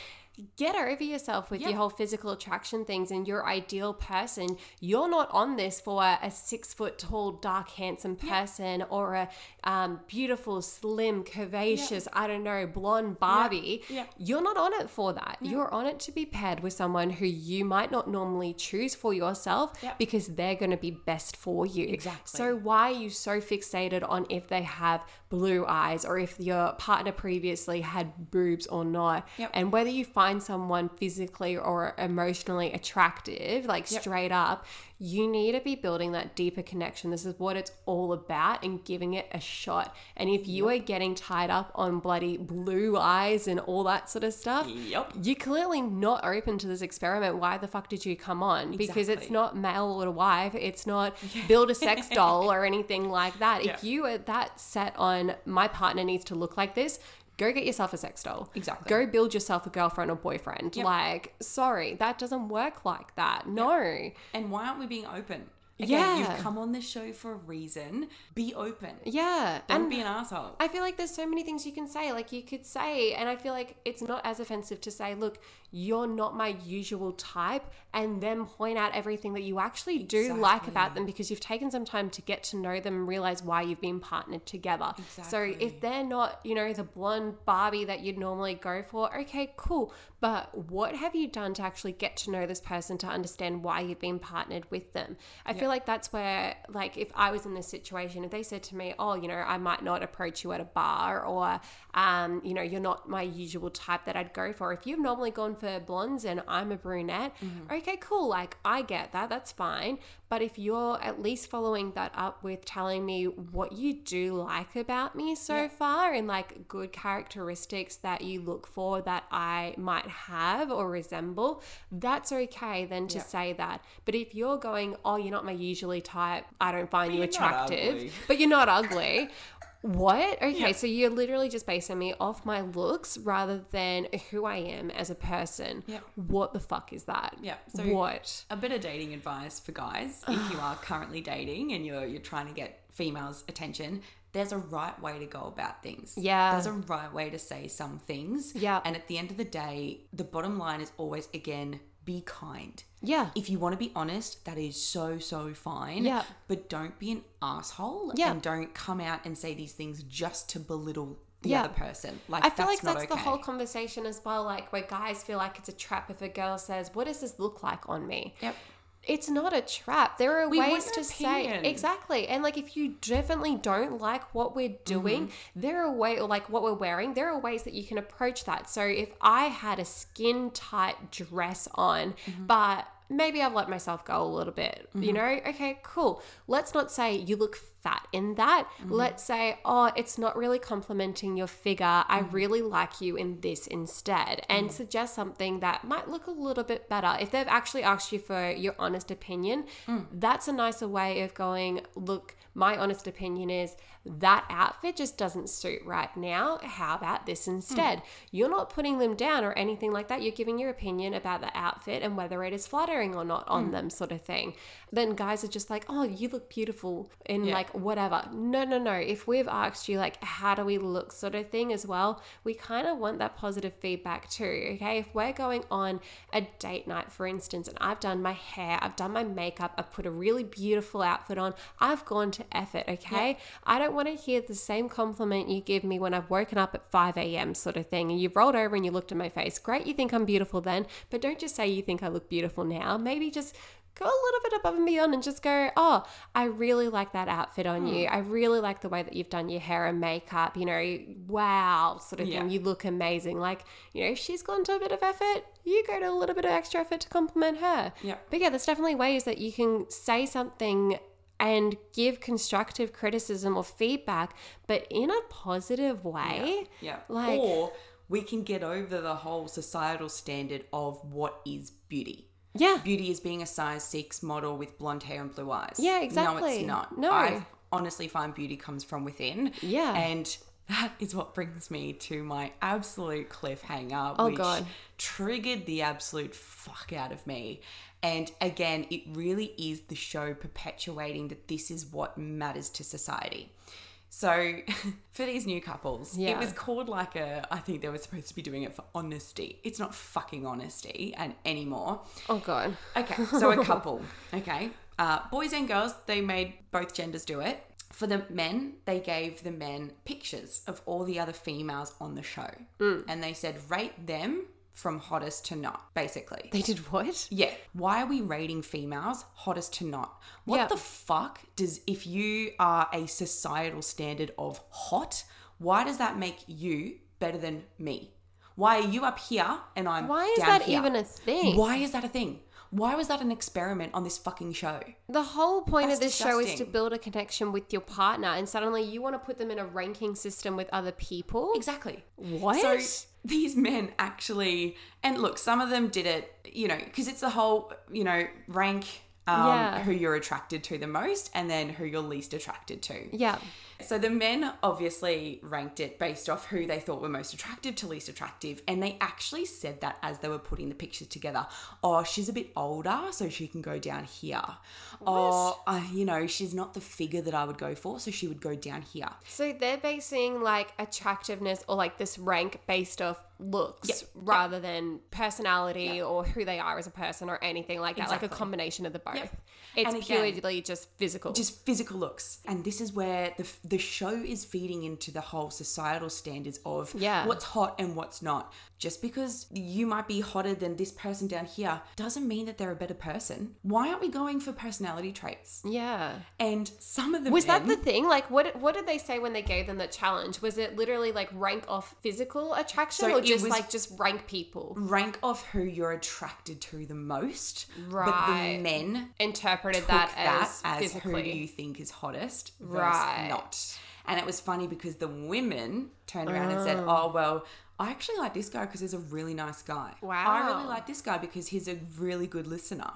B: get over yourself with your whole physical attraction things and your ideal person. You're not on this for a six foot tall, dark, handsome person or a um, beautiful, slim, curvaceous, I don't know, blonde Barbie.
A: Yeah.
B: You're not on it for that. You're on it to be paired with someone who you might not normally choose for yourself
A: Yeah.
B: because they're going to be best for you.
A: Exactly.
B: So why are you so fixated on if they have blue eyes or if your partner previously had boobs or not?
A: Yep.
B: And whether you find someone physically or emotionally attractive, like
A: Yep.
B: straight up, you need to be building that deeper connection. This is what it's all about and giving it a shot. And if you are getting tied up on bloody blue eyes and all that sort of stuff,
A: Yep.
B: you're clearly not open to this experiment. Why the fuck did you come on? Because it's
A: Exactly.
B: not male or wife. It's not build a sex doll or anything like that.
A: Yeah.
B: If you are that set on my partner needs to look like this, go get yourself a sex doll.
A: Exactly.
B: Go build yourself a girlfriend or boyfriend.
A: Yep.
B: Like, sorry, that doesn't work like that. No.
A: And why aren't we being open? Again,
B: Yeah.
A: you've come on this show for a reason. Be open.
B: Yeah.
A: Don't
B: and
A: be an asshole.
B: I feel like there's so many things you can say. Like you could say, and I feel like it's not as offensive to say, look, you're not my usual type, and then point out everything that you actually do like about them because you've taken some time to get to know them and realize why you've been partnered together. So if
A: Exactly.
B: they're not, you know, the blonde Barbie that you'd normally go for, okay, cool. But what have you done to actually get to know this person to understand why you've been partnered with them? I feel like that's where, like, if I was in this situation, if they said to me, oh, you know, I might not approach you at a bar or, um, you know, you're not my usual type that I'd go for. If you've normally gone for blondes and I'm a brunette,
A: Mm-hmm.
B: okay, cool. Like, I get that. That's fine. But if you're at least following that up with telling me what you do like about me so far and like good characteristics that you look for that I might have or resemble, that's okay then to
A: Yeah.
B: say that. But if you're going, oh, you're not my usually type, I don't find you
A: you're not
B: attractive,
A: ugly.
B: but you're not ugly. What? Okay, so you're literally just basing me off my looks rather than who I am as a person.
A: Yeah.
B: What the fuck is that?
A: Yeah, so-
B: what?
A: A bit of dating advice for guys if you are currently dating and you're you're trying to get females' attention. There's a right way to go about things.
B: Yeah.
A: There's a right way to say some things.
B: Yeah.
A: And at the end of the day, the bottom line is always again be kind.
B: Yeah.
A: If you want to be honest, that is so so fine.
B: Yeah.
A: But don't be an asshole.
B: Yeah.
A: And don't come out and say these things just to belittle the
B: Yeah.
A: other person. Like
B: I feel
A: that's
B: like
A: not
B: that's
A: okay.
B: the whole conversation as well, like where guys feel like it's a trap if a girl says, What does this look like on me?
A: Yep.
B: It's not a trap. There are
A: We want
B: ways to
A: an opinion.
B: say exactly. And like if you definitely don't like what we're
A: Mm-hmm.
B: doing, there are way or like what we're wearing, there are ways that you can approach that. So if I had a skin tight dress on,
A: Mm-hmm.
B: but maybe I've let myself go a little bit, you know? Okay, cool. Let's not say you look fat in that. Let's say, oh, it's not really complimenting your figure. I really like you in this instead. And suggest something that might look a little bit better. If they've actually asked you for your honest opinion, that's a nicer way of going, look, my honest opinion is that outfit just doesn't suit right now. How about this instead? You're not putting them down or anything like that. You're giving your opinion about the outfit and whether it is flattering or not on them, sort of thing. Then guys are just like, oh, you look beautiful in like whatever. No, no, no. If we've asked you, like, how do we look, sort of thing as well, we kind of want that positive feedback too. Okay. If we're going on a date night, for instance, and I've done my hair, I've done my makeup, I've put a really beautiful outfit on, I've gone to effort. Okay. I don't want to hear the same compliment you give me when I've woken up at 5 a.m., sort of thing. And you've rolled over and you looked at my face. Great. You think I'm beautiful then, but don't just say you think I look beautiful now. Maybe just go a little bit above and beyond and just go, oh, I really like that outfit on you. I really like the way that you've done your hair and makeup. You know, wow, sort of
A: Yeah.
B: thing. You look amazing. Like, you know, if she's gone to a bit of effort, you go to a little bit of extra effort to compliment her.
A: Yeah.
B: But yeah, there's definitely ways that you can say something and give constructive criticism or feedback, but in a positive way.
A: Yeah.
B: Like-
A: or we can get over the whole societal standard of what is beauty.
B: Yeah.
A: Beauty is being a size six model with blonde hair and blue eyes.
B: Yeah,
A: No,
B: exactly.
A: it's not.
B: No.
A: I honestly find beauty comes from within.
B: Yeah.
A: And that is what brings me to my absolute cliffhanger,
B: Oh,
A: which
B: God.
A: triggered the absolute fuck out of me. And again, it really is the show perpetuating that this is what matters to society. So for these new couples, it
B: Yeah.
A: was called like a. I think they were supposed to be doing it for honesty. It's not fucking honesty and anymore.
B: Oh god.
A: Okay, so a couple. Okay, uh, boys and girls. They made both genders do it. For the men, they gave the men pictures of all the other females on the show, and they said rate them from hottest to not, basically.
B: They did what?
A: Yeah. Why are we rating females hottest to not? What
B: Yeah.
A: the fuck does if you are a societal standard of hot, why does that make you better than me? Why are you up here and I'm
B: Why is
A: down
B: that
A: here?
B: even a thing?
A: Why is that a thing? Why was that an experiment on this fucking show?
B: The whole point
A: That's
B: of this show is to
A: disgusting.
B: build a connection with your partner, and suddenly you want to put them in a ranking system with other people.
A: Exactly.
B: What?
A: So these men actually, and look, some of them did it, you know, because it's the whole, you know, rank um,
B: Yeah.
A: who you're attracted to the most and then who you're least attracted to.
B: Yeah.
A: So the men obviously ranked it based off who they thought were most attractive to least attractive, and they actually said that as they were putting the pictures together. Oh, she's a bit older, so she can go down here. Oh, uh, you know, she's not the figure that I would go for, so she would go down here.
B: So they're basing like attractiveness or like this rank based off looks
A: Yeah.
B: rather than personality or who they are as a person or anything like that, like a
A: Exactly.
B: combination of the both.
A: Yep.
B: It's
A: And again-
B: purely just physical.
A: Just physical looks, and this is where the the show is feeding into the whole societal standards of
B: Yeah.
A: what's hot and what's not. Just because you might be hotter than this person down here doesn't mean that they're a better person. Why aren't we going for personality traits?
B: yeah.
A: and some of the
B: Was that
A: men-
B: the thing? Like, what what did they say when they gave them the challenge? Was it literally like rank off physical attraction,
A: So
B: or
A: it
B: just
A: was-
B: like just rank people?
A: rank of who you're attracted to the most? But
B: Right.
A: the men
B: Interpreted
A: took
B: that,
A: that,
B: as,
A: as, who
B: physically.
A: you think is hottest, versus
B: Right.
A: Not. And it was funny because the women turned around and said, "Oh well." I actually like this guy because he's a really nice guy. I really
B: Wow.
A: like this guy because he's a really good listener.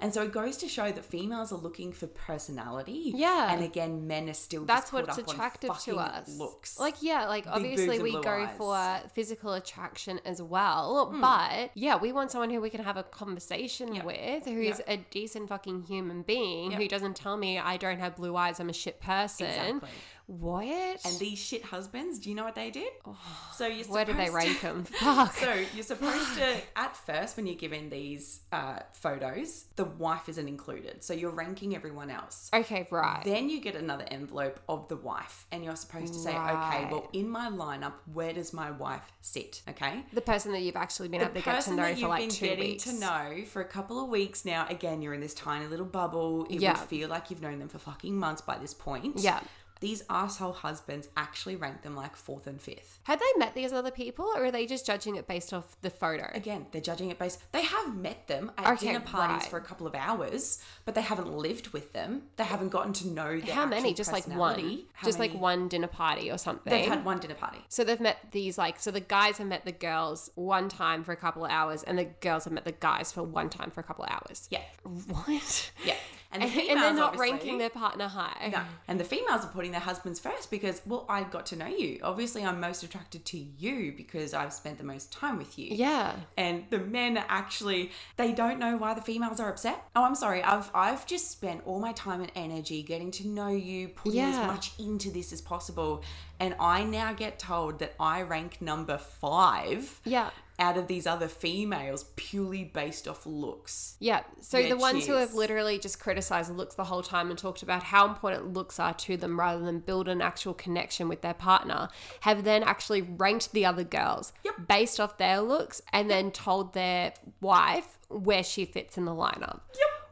A: And so it goes to show that females are looking for personality.
B: Yeah.
A: And again, men are still
B: That's
A: just caught
B: what's
A: up on
B: attractive to
A: fucking
B: us.
A: Looks.
B: Like, yeah, like obviously
A: boobs and
B: we
A: blue
B: go
A: eyes. Hmm.
B: for physical attraction as well, but yeah, we want someone who we can have a conversation with, who is
A: Yep.
B: a decent fucking human being, who
A: Yep.
B: doesn't tell me I don't have blue eyes, I'm a shit person.
A: Exactly.
B: What?
A: And these shit husbands, do you know what they did? so you're
B: Oh. Where do they
A: supposed to-
B: rank them? Fuck.
A: So you're supposed to, at first, when you're given these uh, photos, the wife isn't included. So you're ranking everyone else.
B: okay, right.
A: Then you get another envelope of the wife, and you're supposed to say, okay,
B: Right.
A: well, in my lineup, where does my wife sit? Okay.
B: the person that you've actually been able to get to
A: person
B: know
A: that
B: for
A: you've
B: like
A: been
B: two
A: getting
B: weeks.
A: to know for a couple of weeks now. Again, you're in this tiny little bubble. It
B: Yeah.
A: would feel like you've known them for fucking months by this point.
B: Yeah.
A: These asshole husbands actually rank them like fourth and fifth.
B: Had they met these other people, or are they just judging it based off the photo?
A: Again, they're judging it based. They have met them at
B: Okay,
A: dinner parties
B: right.
A: for a couple of hours, but they haven't lived with them. They haven't gotten to know their
B: How many?
A: actual
B: Just like one.
A: personality. How
B: Just like
A: many?
B: one dinner party or something.
A: They've had one dinner party.
B: so they've met these like so the guys have met the girls one time for a couple of hours, and the girls have met the guys for one time for a couple of hours.
A: Yeah,
B: What?
A: yeah. And, the
B: And,
A: females,
B: and they're not
A: obviously-
B: ranking their partner high.
A: No. And the females are putting their husbands first because, well, I got to know you. Obviously, I'm most attracted to you because I've spent the most time with you.
B: Yeah.
A: And the men are actually, they don't know why the females are upset. Oh, I'm sorry. I've I've just spent all my time and energy getting to know you, putting
B: Yeah.
A: as much into this as possible, and I now get told that I rank number five
B: Yeah.
A: out of these other females purely based off looks.
B: Yeah. So
A: Yeah,
B: the ones who
A: cheers.
B: have literally just criticized looks the whole time and talked about how important looks are to them rather than build an actual connection with their partner have then actually ranked the other girls
A: Yep.
B: based off their looks and then told their wife where she fits in the lineup.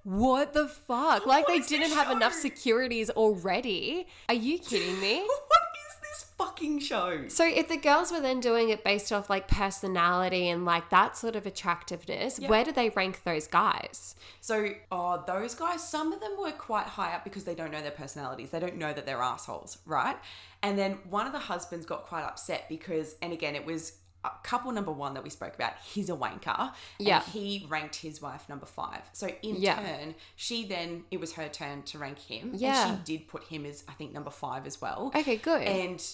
B: What the fuck? Like they
A: is this
B: didn't have enough
A: show?
B: securities already. Are you kidding me?
A: What is this fucking show?
B: So if the girls were then doing it based off like personality and like that sort of attractiveness, where do they rank those guys?
A: So, oh, those guys, some of them were quite high up because they don't know their personalities. They don't know that they're assholes, right? And then one of the husbands got quite upset because, and again, it was uh, couple number one that we spoke about. He's a wanker. and
B: Yeah.
A: he ranked his wife number five. So, in
B: Yeah.
A: turn, she then, it was her turn to rank him.
B: Yeah.
A: And she did put him as, I think, number five as well.
B: Okay, good.
A: And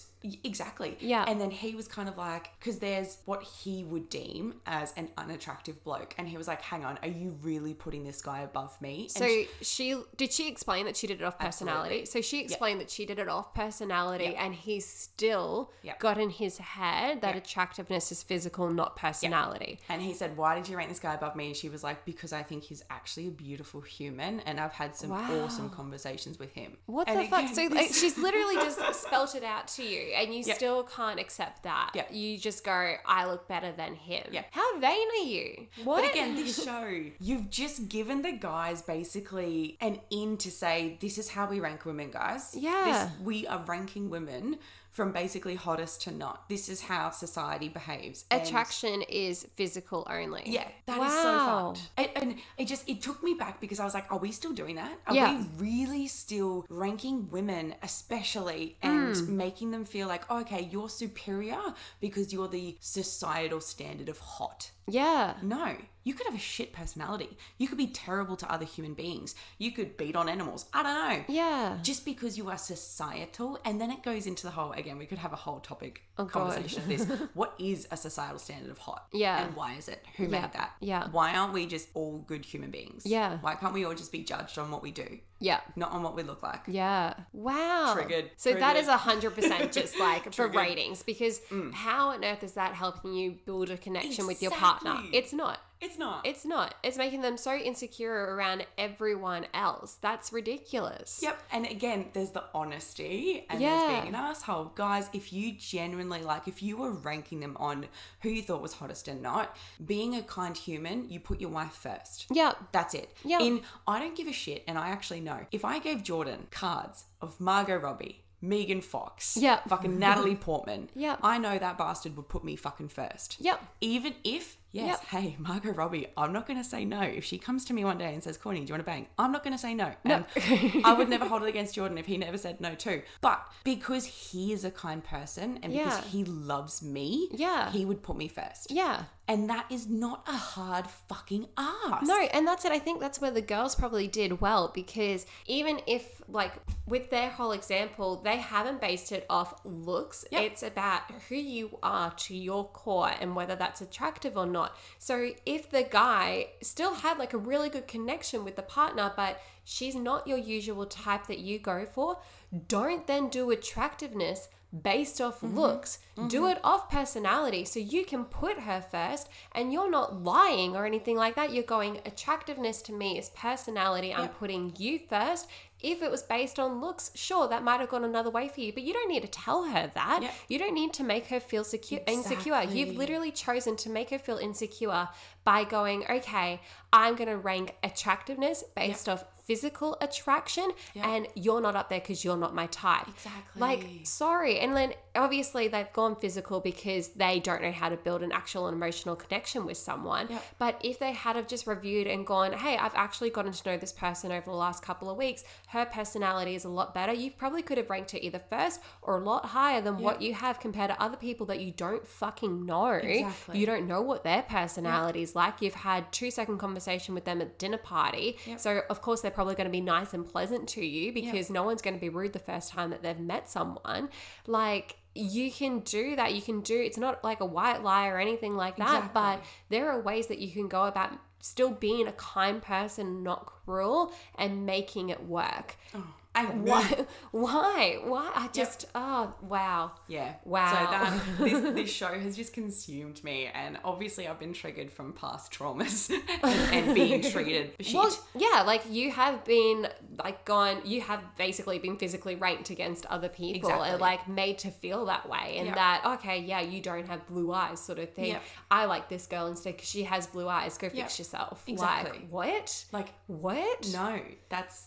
A: Exactly.
B: Yeah.
A: And then he was kind of like, because there's what he would deem as an unattractive bloke. And he was like, hang on, are you really putting this guy above me? And
B: So she did she explain that she did it off personality? So she explained that she did it off personality and he still
A: Yep.
B: got in his head that attractiveness is physical, not personality.
A: And he said, Why did you rank this guy above me? And she was like, Because I think he's actually a beautiful human and I've had some
B: Wow.
A: awesome conversations with him.
B: What
A: And
B: the fuck?
A: again,
B: So
A: this-
B: like, she's literally just spelt it out to you and you
A: Yep.
B: still can't accept that.
A: Yep.
B: You just go, I look better than him.
A: Yep.
B: How vain are you? What?
A: But again, this show, you've just given the guys basically an in to say, this is how we rank women, guys.
B: Yeah.
A: This, we are ranking women from basically hottest to not. This is how society behaves. And-
B: Attraction is physical only.
A: Yeah, that is
B: Wow.
A: so fucked. And, and it just it took me back because I was like, are we still doing that? Are
B: Yeah.
A: we really still ranking women, especially, and
B: Hmm.
A: making them feel like, oh, okay, you're superior because you're the societal standard of hot?
B: Yeah.
A: No, you could have a shit personality. You could be terrible to other human beings. You could beat on animals. I don't know.
B: Yeah.
A: Just because you are societal, and then it goes into the whole again, we could have a whole topic
B: Oh, God.
A: conversation of this. What is a societal standard of hot?
B: Yeah.
A: And why is it? Who
B: Yeah.
A: made that?
B: Yeah.
A: Why aren't we just all good human beings?
B: Yeah.
A: Why can't we all just be judged on what we do,
B: Yeah.
A: not on what we look like?
B: Yeah. Wow.
A: Triggered.
B: So that is
A: Triggered. Mm.
B: hundred percent just like for ratings because how on earth is that helping you build a connection with your partner?
A: Exactly.
B: It's not.
A: It's not.
B: It's not. It's making them so insecure around everyone else. That's ridiculous.
A: Yep. And again, there's the honesty and
B: Yeah.
A: there's being an asshole. Guys, if you genuinely like, if you were ranking them on who you thought was hottest and not, being a kind human, you put your wife first.
B: Yep.
A: That's it.
B: Yeah.
A: In I don't give a shit, and I actually know. If I gave Jordan cards of Margot Robbie, Megan Fox,
B: Yeah.
A: fucking Natalie Portman,
B: Yeah.
A: I know that bastard would put me fucking first.
B: Yep.
A: Even if, yes,
B: Yep.
A: hey, Margot Robbie, I'm not going to say no. If she comes to me one day and says, Courtney, do you want to bang? I'm not going to say no.
B: No.
A: And I would never hold it against Jordan if he never said no, too. But because he is a kind person and
B: Yeah.
A: because he loves me,
B: Yeah.
A: he would put me first.
B: Yeah.
A: And that is not a hard fucking ask.
B: No, and that's it. I think that's where the girls probably did well because even if, like, with their whole example, they haven't based it off looks.
A: Yep.
B: It's about who you are to your core and whether that's attractive or not. So if the guy still had, like, a really good connection with the partner, but she's not your usual type that you go for, don't then do attractiveness based off looks. Do it off personality so you can put her first and you're not lying or anything like that. You're going, attractiveness to me is personality. I'm putting you first. If it was based on looks, sure, that might have gone another way for you, but you don't need to tell her that.
A: Yeah.
B: You don't need to make her feel secu- insecure. You've
A: Exactly.
B: literally chosen to make her feel insecure by going, okay, I'm going to rank attractiveness based off physical attraction, and you're not up there because you're not my type.
A: Exactly.
B: Like, sorry. And then obviously they've gone physical because they don't know how to build an actual and emotional connection with someone.
A: Yep.
B: But if they had have just reviewed and gone, hey, I've actually gotten to know this person over the last couple of weeks, her personality is a lot better, you probably could have ranked her either first or a lot higher than what you have compared to other people that you don't fucking know.
A: Exactly.
B: You don't know what their personality is like. You've had two second conversation with them at dinner party. So of course they're probably going to be nice and pleasant to you because no one's going to be rude the first time that they've met someone. Like you can do that. You can do it's not like a white lie or anything like that,
A: Exactly.
B: but there are ways that you can go about still being a kind person, not cruel, and making it work.
A: Oh, And
B: Why? Why? Why? I just, oh, wow.
A: Yeah.
B: Wow.
A: So that this, this show has just consumed me, and obviously I've been triggered from past traumas and, and being treated shit.
B: Well, yeah, like you have been like gone. You have basically been physically ranked against other people, and
A: Exactly.
B: like made to feel that way, and
A: Yeah.
B: that okay, yeah, you don't have blue eyes, sort of thing.
A: Yeah.
B: I like this girl instead because she has blue eyes. Go fix
A: Yeah.
B: yourself.
A: Exactly.
B: Like what?
A: like,
B: What?
A: no, that's.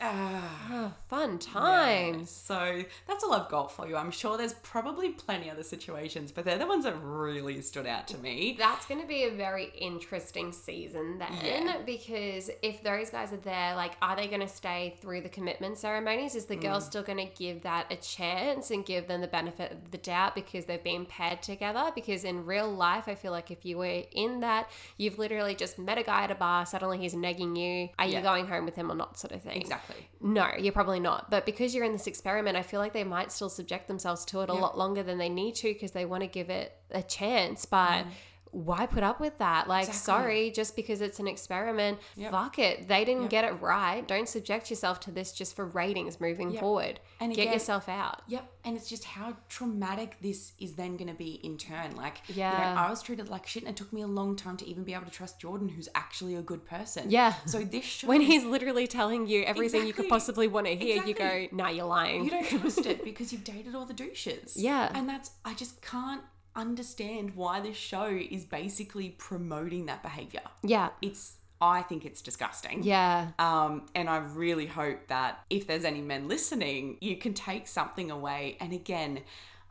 A: ah.
B: Oh, fun times.
A: So that's all I've got for you. I'm sure there's probably plenty other situations, but they're the ones that really stood out to me.
B: That's going to be a very interesting season then,
A: Yeah.
B: because if those guys are there, like, are they going to stay through the commitment ceremonies? Is the
A: Mm.
B: girl still going to give that a chance and give them the benefit of the doubt because they've been paired together? Because in real life, I feel like if you were in that, you've literally just met a guy at a bar, suddenly he's negging you. Are you
A: Yeah.
B: going home with him or not? Sort of thing.
A: Exactly.
B: No, you're probably not. But because you're in this experiment, I feel like they might still subject themselves to it a lot longer than they need to because they want to give it a chance. But why put up with that? Like,
A: Mm. Exactly.
B: sorry, just because it's an experiment,
A: Yep.
B: fuck it. They didn't get it right. Don't subject yourself to this just for ratings moving forward.
A: And
B: get
A: again-
B: yourself out.
A: Yep. And it's just how traumatic this is then going to be in turn. Like, you
B: Yeah.
A: know, I was treated like shit and it took me a long time to even be able to trust Jordan, who's actually a good person.
B: Yeah.
A: So this show.
B: When he's literally telling you everything you could
A: Exactly.
B: possibly want to hear, you
A: Exactly.
B: go, nah, you're lying.
A: you don't trust it because you've dated all the douches.
B: Yeah.
A: And that's, I just can't understand why this show is basically promoting that behavior.
B: yeah.
A: It's, I think it's disgusting.
B: Yeah.
A: Um, and I really hope that if there's any men listening, you can take something away. And again,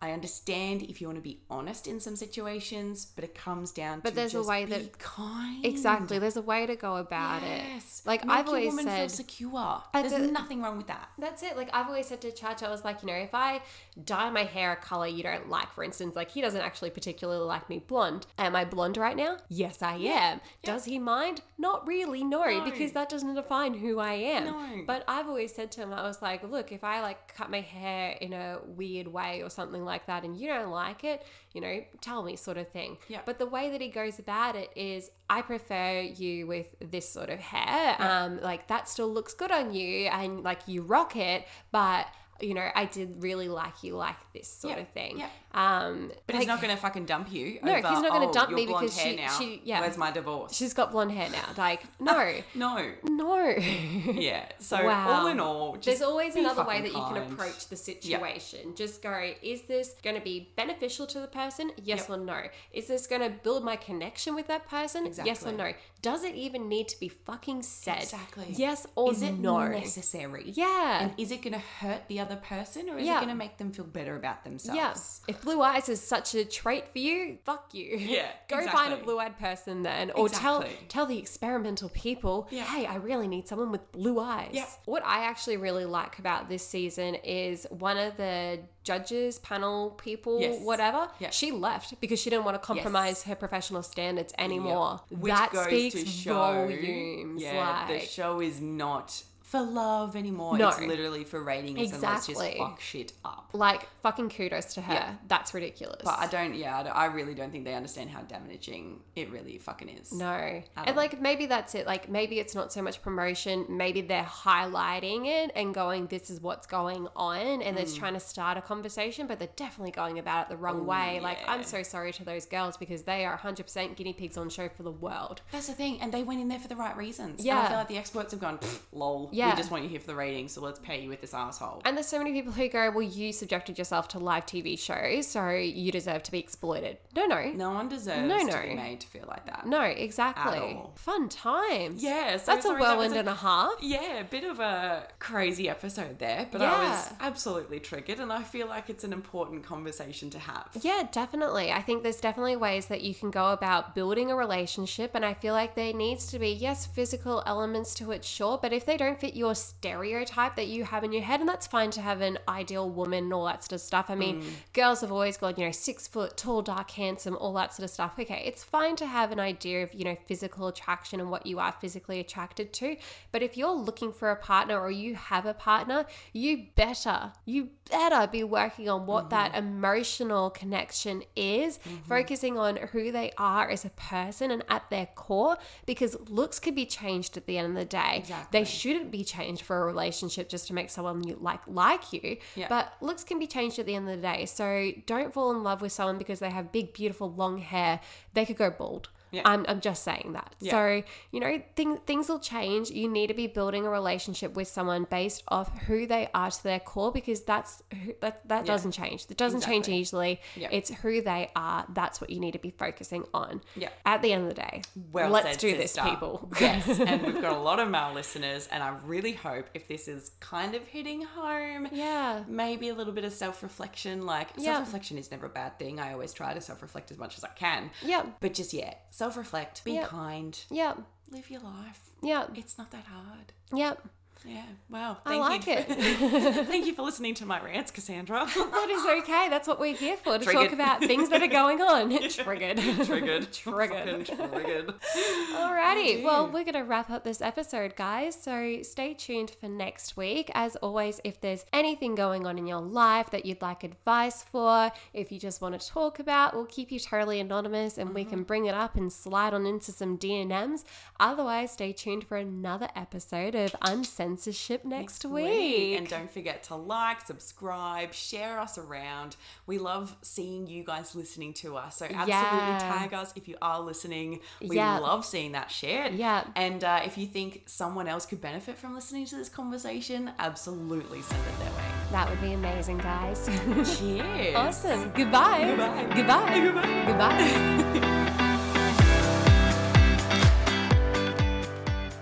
A: I understand if you want to be honest in some situations, but it comes down but to
B: there's a
A: just
B: way
A: be
B: that-
A: kind.
B: Exactly. There's a way to go about
A: Yes.
B: it. Like
A: Make
B: I've
A: your
B: always
A: woman feel
B: said,
A: secure.
B: I
A: There's
B: did-
A: nothing wrong with that.
B: that's it. Like I've always said to Chach, I was like, you know, if I dye my hair a color you don't like, for instance, like he doesn't actually particularly like me blonde. Am I blonde right now? Yes, I am. Does he mind? Not really. No,
A: No.
B: because that doesn't define who I am.
A: No.
B: But I've always said to him, I was like, look, if I like cut my hair in a weird way or something like that, and you don't like it, you know, tell me, sort of thing.
A: Yeah.
B: But the way that he goes about it is, I prefer you with this sort of hair. Um, like that still looks good on you, and like you rock it, but. You know, I did really like you like this sort
A: Yeah.
B: of thing.
A: Yeah.
B: Um,
A: But he's not going to fucking dump you.
B: No,
A: over,
B: he's not gonna
A: "Oh,
B: dump
A: your
B: me
A: blonde
B: because
A: hair
B: she-
A: now.
B: she- yeah.
A: Where's my divorce?
B: she's got blonde hair now. Like, no,
A: no.
B: no.
A: Yeah. So
B: Wow.
A: all in all, just
B: There's always
A: be
B: another way
A: fucking
B: that you
A: kind.
B: can approach the situation. Just go, is this going to be beneficial to the person? Yes
A: Yep.
B: or no. Is this going to build my connection with that person? Yes or
A: Exactly.
B: no. Does it even need to be fucking said?
A: Exactly.
B: Yes or
A: Is it
B: no.
A: necessary?
B: Yeah.
A: And is it going to hurt the other person or is
B: Yeah.
A: it going to make them feel better about themselves?
B: yeah. If blue eyes is such a trait for you, fuck you.
A: Yeah,
B: Go find a
A: exactly.
B: blue eyed person then. Or
A: Exactly.
B: tell tell the experimental people,
A: Yeah.
B: hey, I really need someone with blue eyes.
A: Yeah.
B: What I actually really like about this season is one of the judges, panel people,
A: Yes.
B: whatever,
A: Yeah.
B: she left because she didn't want to compromise her professional standards anymore.
A: Which
B: that
A: goes
B: speaks
A: to show,
B: volumes.
A: Yeah,
B: like
A: the show is not for love anymore.
B: No.
A: It's literally for ratings and let's
B: Exactly.
A: just fuck shit up.
B: like fucking kudos to her.
A: Yeah.
B: That's ridiculous.
A: But I don't, yeah, I, don't- I really don't think they understand how damaging it really fucking is.
B: No. And like maybe that's it. Like maybe it's not so much promotion. Maybe they're highlighting it and going, this is what's going on. And
A: Hmm.
B: they're trying to start a conversation, but they're definitely going about it the wrong way. Like, I'm so sorry to those girls because they are 100% guinea pigs on show for the world.
A: That's the thing, and they went in there for the right reasons. Yeah,
B: Yeah.
A: I feel like the experts have gone, "Pfft, lol.
B: Yeah.
A: we just want you here for the ratings, so let's pay you with this asshole.
B: And there's so many people who go, well, you subjected yourself to live TV shows, so you deserve to be exploited. No, no.
A: no one deserves
B: No,
A: to be
B: no.
A: made to feel like that.
B: No, exactly.
A: all.
B: Fun times.
A: Yeah, so
B: That's a
A: sorry, that was
B: whirlwind
A: a-
B: and a half.
A: Yeah, a bit of a crazy episode there, but I
B: Yeah.
A: was absolutely triggered, and I feel like it's an important conversation to have.
B: Yeah, definitely. I think there's definitely ways that you can go about building a relationship. And I feel like there needs to be, yes, physical elements to it, sure. But if they don't fit your stereotype that you have in your head, and that's fine to have an ideal woman and all that sort of stuff. I mean, girls have always gone, you know, six foot, tall, dark, handsome, all that sort of stuff. Okay, it's fine to have an idea of, you know, physical attraction and what you are physically attracted to. But if you're looking for a partner or you have a partner, you better, you better be working on what that
A: Mm-hmm.
B: emotional connection is, focusing on who they are as a person and at their core, because looks could be changed at the end of the day.
A: Exactly.
B: They shouldn't be changed for a relationship just to make someone you like like you.
A: Yeah.
B: But looks can be changed at the end of the day. So don't fall in love with someone because they have big, beautiful, long hair. They could go bald.
A: Yeah.
B: I'm, I'm just saying that.
A: Yeah.
B: So, you know, thing, things will change. You need to be building a relationship with someone based off who they are to their core because that's who, that, that doesn't change. That doesn't
A: Exactly.
B: change easily.
A: Yeah.
B: It's who they are. That's what you need to be focusing on.
A: Yeah.
B: At the end of the day,
A: Well
B: let's
A: said,
B: do this,
A: sister.
B: people.
A: Yes, and we've got a lot of male listeners, and I really hope if this is kind of hitting home,
B: yeah.
A: maybe a little bit of self reflection. Like,
B: Yeah.
A: self reflection is never a bad thing. I always try to self reflect as much as I can.
B: Yeah.
A: But just, yeah, self reflect, be
B: Yeah.
A: kind,
B: Yeah.
A: live your life.
B: Yeah.
A: It's not that hard.
B: Yep.
A: Yeah. Wow.
B: I like
A: you.
B: it.
A: Thank you for listening to my rants, Cassandra.
B: That is okay. That's what we're here for to
A: Triggered.
B: talk about things that are going on. Triggered.
A: triggered.
B: Triggered.
A: Fucking triggered.
B: Alrighty. Well, we're going to wrap up this episode, guys. So stay tuned for next week. As always, if there's anything going on in your life that you'd like advice for, if you just want to talk about, we'll keep you totally anonymous and we can bring it up and slide on into some DNMs. Otherwise, stay tuned for another episode of Uncensorship next, week.
A: And don't forget to like, subscribe, share us around. We love seeing you guys listening to us. So absolutely
B: Yeah.
A: tag us if you are listening. We
B: Yeah.
A: love seeing that shared.
B: Yeah.
A: And uh, if you think someone else could benefit from listening to this conversation, absolutely send it their way.
B: That would be amazing, guys.
A: Cheers.
B: awesome. Goodbye.
A: Goodbye.
B: Goodbye.
A: Goodbye.
B: Goodbye.